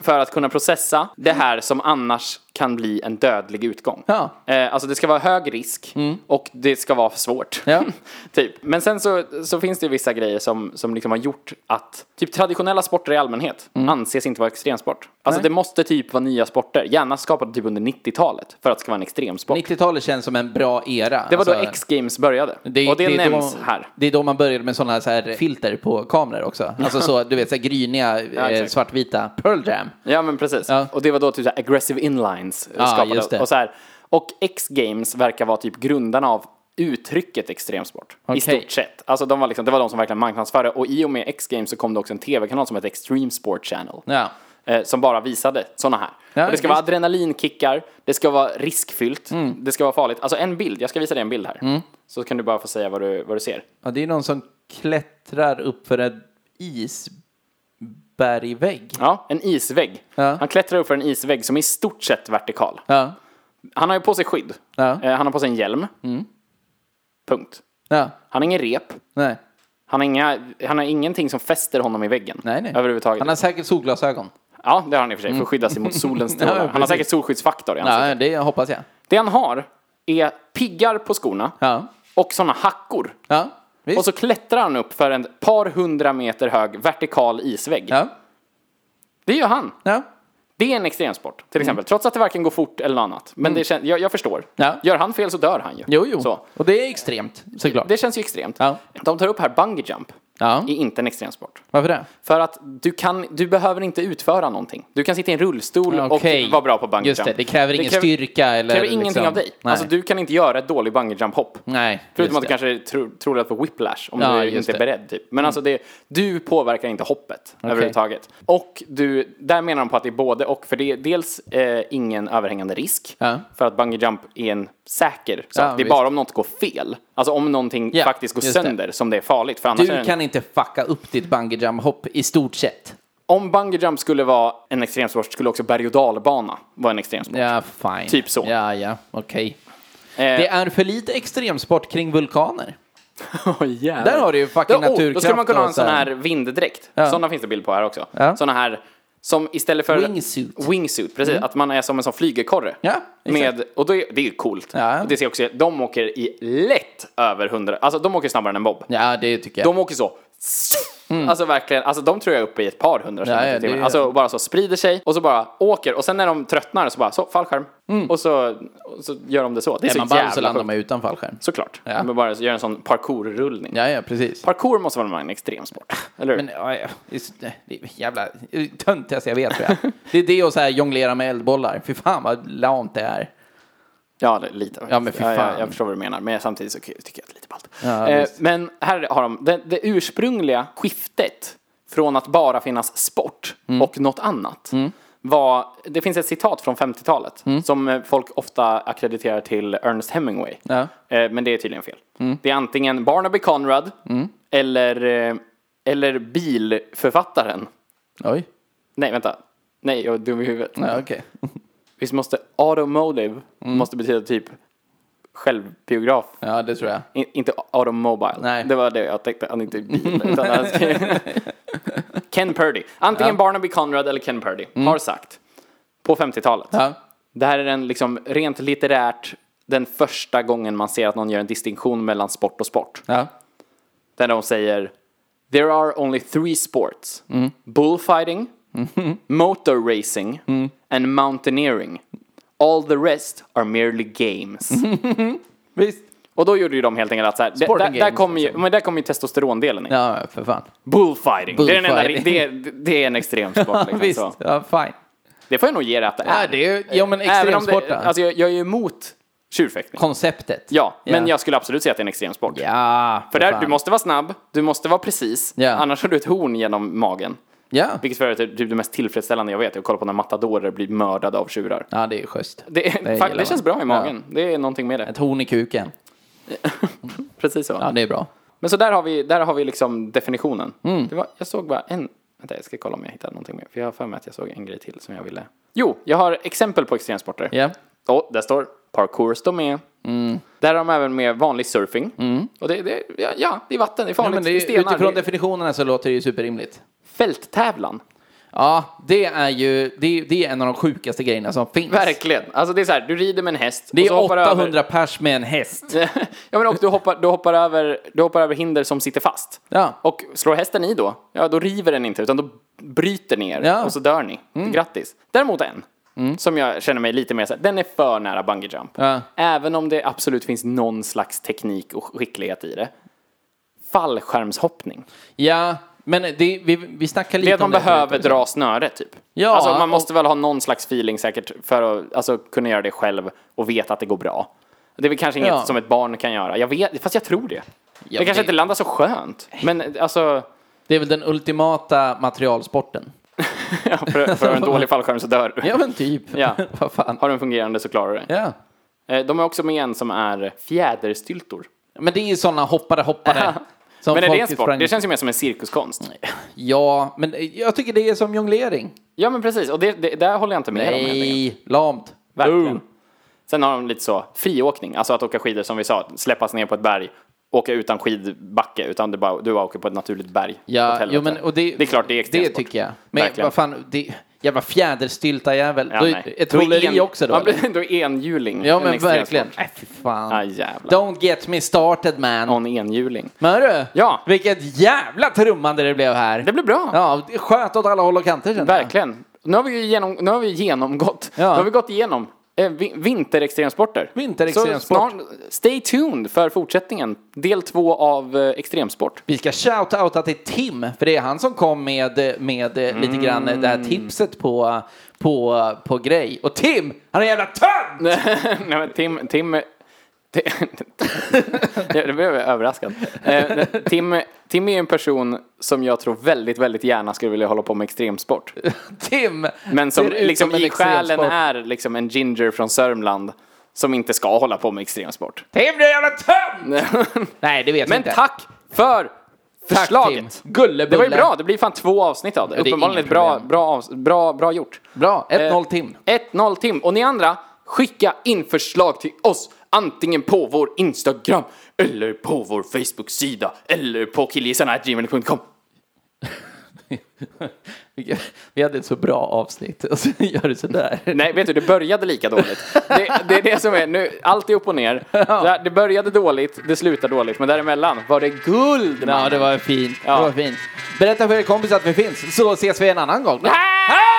För att kunna processa det här som annars kan bli en dödlig utgång.
Ja.
Eh, alltså det ska vara hög risk och det ska vara svårt.
Ja.
[LAUGHS] typ. Men sen så, så finns det ju vissa grejer som, som liksom har gjort att typ traditionella sporter i allmänhet anses inte vara extremsport. Alltså det måste typ vara nya sporter, gärna skapade typ under 90-talet för att det ska vara en extremsport.
90-talet känns som en bra era. alltså.
Det var då X-Games började. och Alltså, det,
är
nämns
då,
här.
Det är då man började med sådana så här filter på kameror också. Alltså så, du vet, så här gryniga, eh,
exakt.
svartvita Pearl Jam.
Ja men precis.
Ja.
Och det var då typ så här aggressive inlines eh,
Ja,
skapade.
just det.
Och, så här. och X-Games verkar vara typ grundarna av uttrycket extremsport.
Okej.
I stort sett. Alltså de var liksom, det var de som verkligen marknadsförde. Och i och med X-Games så kom det också en tv-kanal som hette Extreme Sport Channel.
Ja.
Eh, som bara visade sådana här.
Ja,
och det
visst.
ska vara
Mm.
adrenalinkickar, det ska vara riskfyllt, det ska vara farligt. Alltså en bild, jag ska visa dig en bild här. Så kan du bara få säga vad du, vad du ser.
Ja, det är någon som klättrar upp för en isbergvägg.
Ja, en isvägg.
Ja.
Han klättrar upp för en isvägg som är i stort sett vertikal.
Ja,
Han har ju på sig skydd.
Ja. Mm.
Eh, Han har på sig en hjälm. Punkt.
ja,
Han har ingen rep.
nej,
Han har, inga, han har ingenting som fäster honom i väggen.
nej, nej.
Överhuvudtaget.
Han har säkert solglasögon.
Ja, det har han i och för sig. För att
[LAUGHS]
skydda sig mot solens strålar.
Ja,
han har
precis.
säkert solskyddsfaktor i ansiktet.
Ja, det hoppas jag.
Det han har är piggar på skorna.
Ja,
Och sådana hackor.
ja, visst.
Och så klättrar han upp för en par hundra meter hög vertikal isvägg.
ja,
Det gör han.
ja.
Det är en extremsport,
Mm.
till exempel. Trots att det varken går fort eller något annat. Men det kän- jag, jag förstår.
Ja.
Gör han fel så dör han ju.
Jo, jo.
Så.
Och det är extremt, såklart.
Det känns ju extremt.
Ja.
De tar upp här bungee jump.
Ja,
är inte en extremsport.
varför det?
För att du, kan, du behöver inte utföra någonting. Du kan sitta i en rullstol
Okej.
och vara bra på bungee
Just det,
jump.
det kräver ingen styrka eller
kräver ingenting
liksom-
av dig.
Nej.
Alltså du kan inte göra ett dåligt bungee jump hopp.
Nej,
Förutom
just
att du
det.
kanske tror, tror att på whiplash om
Ja,
du
just
inte är
det. Mm.
beredd. Typ. Men alltså det, du påverkar inte hoppet överhuvudtaget. Och du, där menar de på att det är både och. För det är dels eh, ingen överhängande risk.
Ja.
För att bungee jump är en säker sak.
Ja,
det är
visst.
bara om något går fel. Alltså om någonting
Ja,
faktiskt går
just det.
sönder som det är farligt. För annars är
Du
det-
kan inte fucka upp ditt bungee jump hopp i stort sett.
Om bungee jump skulle vara en extremsport skulle också berg och dalbana vara en extremsport.
Ja, fine.
Typ så.
Ja, ja, okej.
Eh,
[LAUGHS] Det är för lite extremsport kring vulkaner.
Åh, jävlar.
Där har du ju fucking
Ja, Då skulle man
naturkraft
kunna ha
och
en
så
sån
här.
här vinddräkt.
Ja.
Sådana finns det bild på här också.
Ja.
Såna här som istället för...
Wingsuit. Mm.
Wingsuit, precis. Att man är som en sån flygekorre.
Ja, exakt.
med, och då är, det är ju coolt.
Ja.
Och Det ser jag också, de åker i lätt över 100, alltså de åker snabbare än Bob.
Ja, det tycker jag.
De åker så. Alltså verkligen, alltså de tror jag är uppe i ett par hundra
ja,
kilometer i
Mm. det
timmen.
är-
Alltså bara så sprider sig och så bara åker och sen när de tröttnar så bara så fallskärm. Och, så, och så gör de det så. Det är
är man
så
ball Mm. så
jävla
landar
sjukt.
man utan fallskärm.
Såklart.
Ja.
Men bara gör en sån parkourrullning.
Ja, ja, precis.
Parkour måste vara en extremsport, eller hur?
Men ja, ja, just det det är jävla töntigaste jag vet tror
[LAUGHS]
jag. Det är det och så här jonglera med eldbollar. Fy fan vad lamt det är.
Ja, det- lite.
Ja, men fy
jag-
fan.
jag förstår vad du menar, men samtidigt så tycker jag att det är lite ballt.
Ja,
eh,
visst.
men här har de det, det ursprungliga skiftet från att bara finnas sport
Mm.
och något annat. Var, det finns ett citat från 50-talet
Mm.
som eh, folk ofta ackrediterar till Ernest Hemingway.
Ja. Mm.
Eh, men det är tydligen fel. Det är antingen Barnaby Conrad eller, eh, eller bilförfattaren.
Oj.
Nej, vänta. Nej, jag är dum i huvudet.
Ja, okej.
Visst måste automotive måste betyda typ självbiograf?
Mm. Ja, det tror jag.
I, inte automobile.
Nej.
Det var det jag tänkte. Han är inte bil. utan han skrev-
[LAUGHS]
Ken Purdy. Antingen Barnaby Conrad eller Ken Purdy har sagt på 50-talet.
Mm. Ja.
Det här är den liksom rent litterärt den första gången man ser att någon gör en distinktion mellan sport och sport.
Ja.
Där de säger There are only three sports.
Mm.
Bullfighting,
Mm-hmm.
motor racing
Mm.
and mountaineering. All the rest are merely games.
Mm-hmm. [LAUGHS] Visst.
Och då gjorde ju de helt enkelt att så här, det-
Sporting
där, där
games,
kommer ju,
liksom.
men där kommer ju testosterondelen in.
Ja, för fan.
Bullfighting. Det, är den enda,
Bullfighting.
det, är, det är en extrem sport. Liksom,
Visst.
så.
[LAUGHS] Ja, fine.
Det får jag nog ge dig att det är.
Ja, det är ju... Ja, men
Även om
extremsport
det,
då.
alltså jag, jag är ju emot tjurfäktning.
Konceptet.
Ja, men
Ja.
jag skulle absolut säga att det är en extremsport.
Ja,
För där,
fan.
du måste vara snabb, du måste vara precis,
Ja.
annars har du ett horn genom magen.
Ja.
Vilket för övrigt är typ det mest tillfredsställande jag vet, är att kolla på när matadorer blir mördade av tjurar.
Ja, det är ju schysst.
Det, är,
gillar
det, det
man.
känns bra i
Ja.
magen, det är någonting med det.
Ett horn i kuken.
Precis så.
Ja, det är bra.
Men så där har vi, där har vi liksom definitionen.
Mm.
Det var, jag såg bara en, vänta jag ska kolla om jag hittar någonting mer, för jag har för mig att jag såg en grej till som jag ville. Jo, jag har exempel på extremsporter.
Ja. Mm.
Och där står parkour står med. Där har de även med vanlig surfing. Och det, det, ja, ja, det är vatten, det är
Ja,
farligt,
men det
det är
är,
stenar.
utifrån
det är
definitionerna så låter det ju superrimligt.
fälttävlan.
Ja, det är ju det är, det är en av de sjukaste grejerna som finns.
Verkligen. Alltså det är så här, du rider med en häst.
Det är
och så hoppar du
800
Över,
pers med en häst.
[LAUGHS] ja men och du hoppar, du, hoppar över, du hoppar över hinder som sitter fast.
Ja.
Och slår hästen i då, ja då river den inte utan då bryter ni er
Ja. Mm.
och så dör ni. Grattis. Däremot en. Som jag känner mig lite mer såhär, den är för nära bungee jump.
Ja.
Även om det absolut finns någon slags teknik och skicklighet i det. Fallskärmshoppning.
Ja, men det, vi, vi snackar lite
Det är att man
om det.
behöver dra snöret typ.
Ja,
alltså man
och-
måste väl ha någon slags feeling säkert för att alltså, kunna göra det själv och veta att det går bra. Det är väl kanske inget
Ja.
som ett barn kan göra. Jag vet, fast jag tror det. det kanske
det-
inte landar så skönt. Men
[LAUGHS]
alltså, [LAUGHS]
Det är väl den ultimata materialsporten.
ja, för, för en dålig fallskärm så dör du.
Ja, men typ.
Ja.
[LAUGHS] Vad fan.
Har du en fungerande så klarar du det.
Ja.
Eh, De är också med en som är fjäderstyltor.
Men det är ju sådana hoppare, hoppare. som
Men är det
folk
en sport?
sprang-
Det känns ju mer som en cirkuskonst.
Ja, men eh, jag tycker det är som jonglering.
Ja, men precis. Och det, det, där håller jag inte med om. helt enkelt.
Nej, lamt.
Verkligen.
Oh.
Sen har de lite så friåkning, alltså att åka skidor som vi sa, släppas ner på ett berg, åka utan skidbacke, utan det bara, du bara åker på ett naturligt berg. åt
Ja,
helvete.
jo, men, och det,
det är klart det är
Det
extremsport.
tycker jag. Men
Verkligen.
vad fan, det, jävla fjäderstylta jävel.
Ja,
då,
nej.
är- ett
Då är
trolleri
en-
också då.
Ja,
eller?
men då är enhjuling
Ja,
en
men
extremsport.
verkligen. Nej, fy fan.
Ah, jävlar.
Don't get me started man.
Någon enhjuling.
Men hörru,
Ja.
vilket jävla trummande det blev här.
Det blir bra.
Ja, det sköt åt alla håll och kanter kände jag.
Verkligen. Nu har vi ju genom, nu har vi genomgått.
Ja.
Nu har vi gått igenom eh, vi, vinterextremsporter.
Vinterextremsport.
Så snart, stay tuned för fortsättningen. Del två av eh, extremsport.
Vi ska shout-outa till Tim, för det är han som kom med, med eh,
Mm.
lite grann eh, det här tipset på, på, på grej. Och Tim, han är en jävla tönt!
[LAUGHS] Nej men Tim, Tim, [LAUGHS] Tim det blev jag överraskad. Eh, Tim, Tim är ju en person som jag tror väldigt, väldigt gärna skulle vilja hålla på med extremsport.
Tim!
Men som
[LAUGHS] ser ut
liksom
en
i själen
extremsport.
är liksom en ginger från Sörmland som inte ska hålla på med extremsport.
Tim, du är en jävla tönt!
[LAUGHS]
Nej, det vet jag
Men
inte.
tack för förslaget!
Tim. Gullebulle.
Det var ju bra, det blir fan två avsnitt av det.
Ja, det är
Uppenbarligen
inga
ett bra,
problem.
bra, avs- bra, bra gjort.
Bra, 1-0
Eh,
Tim.
1-0 Tim. Och ni andra, skicka in förslag till oss. Antingen på vår Instagram, eller på vår Facebook-sida, eller på killgissarna.gmail.com.
[LAUGHS] Vi- Vi hade ett så bra avsnitt och så [LAUGHS] gör du sådär.
Nej, vet du, det började lika dåligt. Det, det är det som är nu, allt är upp
[LAUGHS]
och ner. Det- Det började dåligt, det slutar dåligt, men däremellan var det guld.
Ja,
mannen.
det var fint.
Ja.
Det var fint. Berätta för er kompis att vi finns, så ses vi en annan gång.
Hej!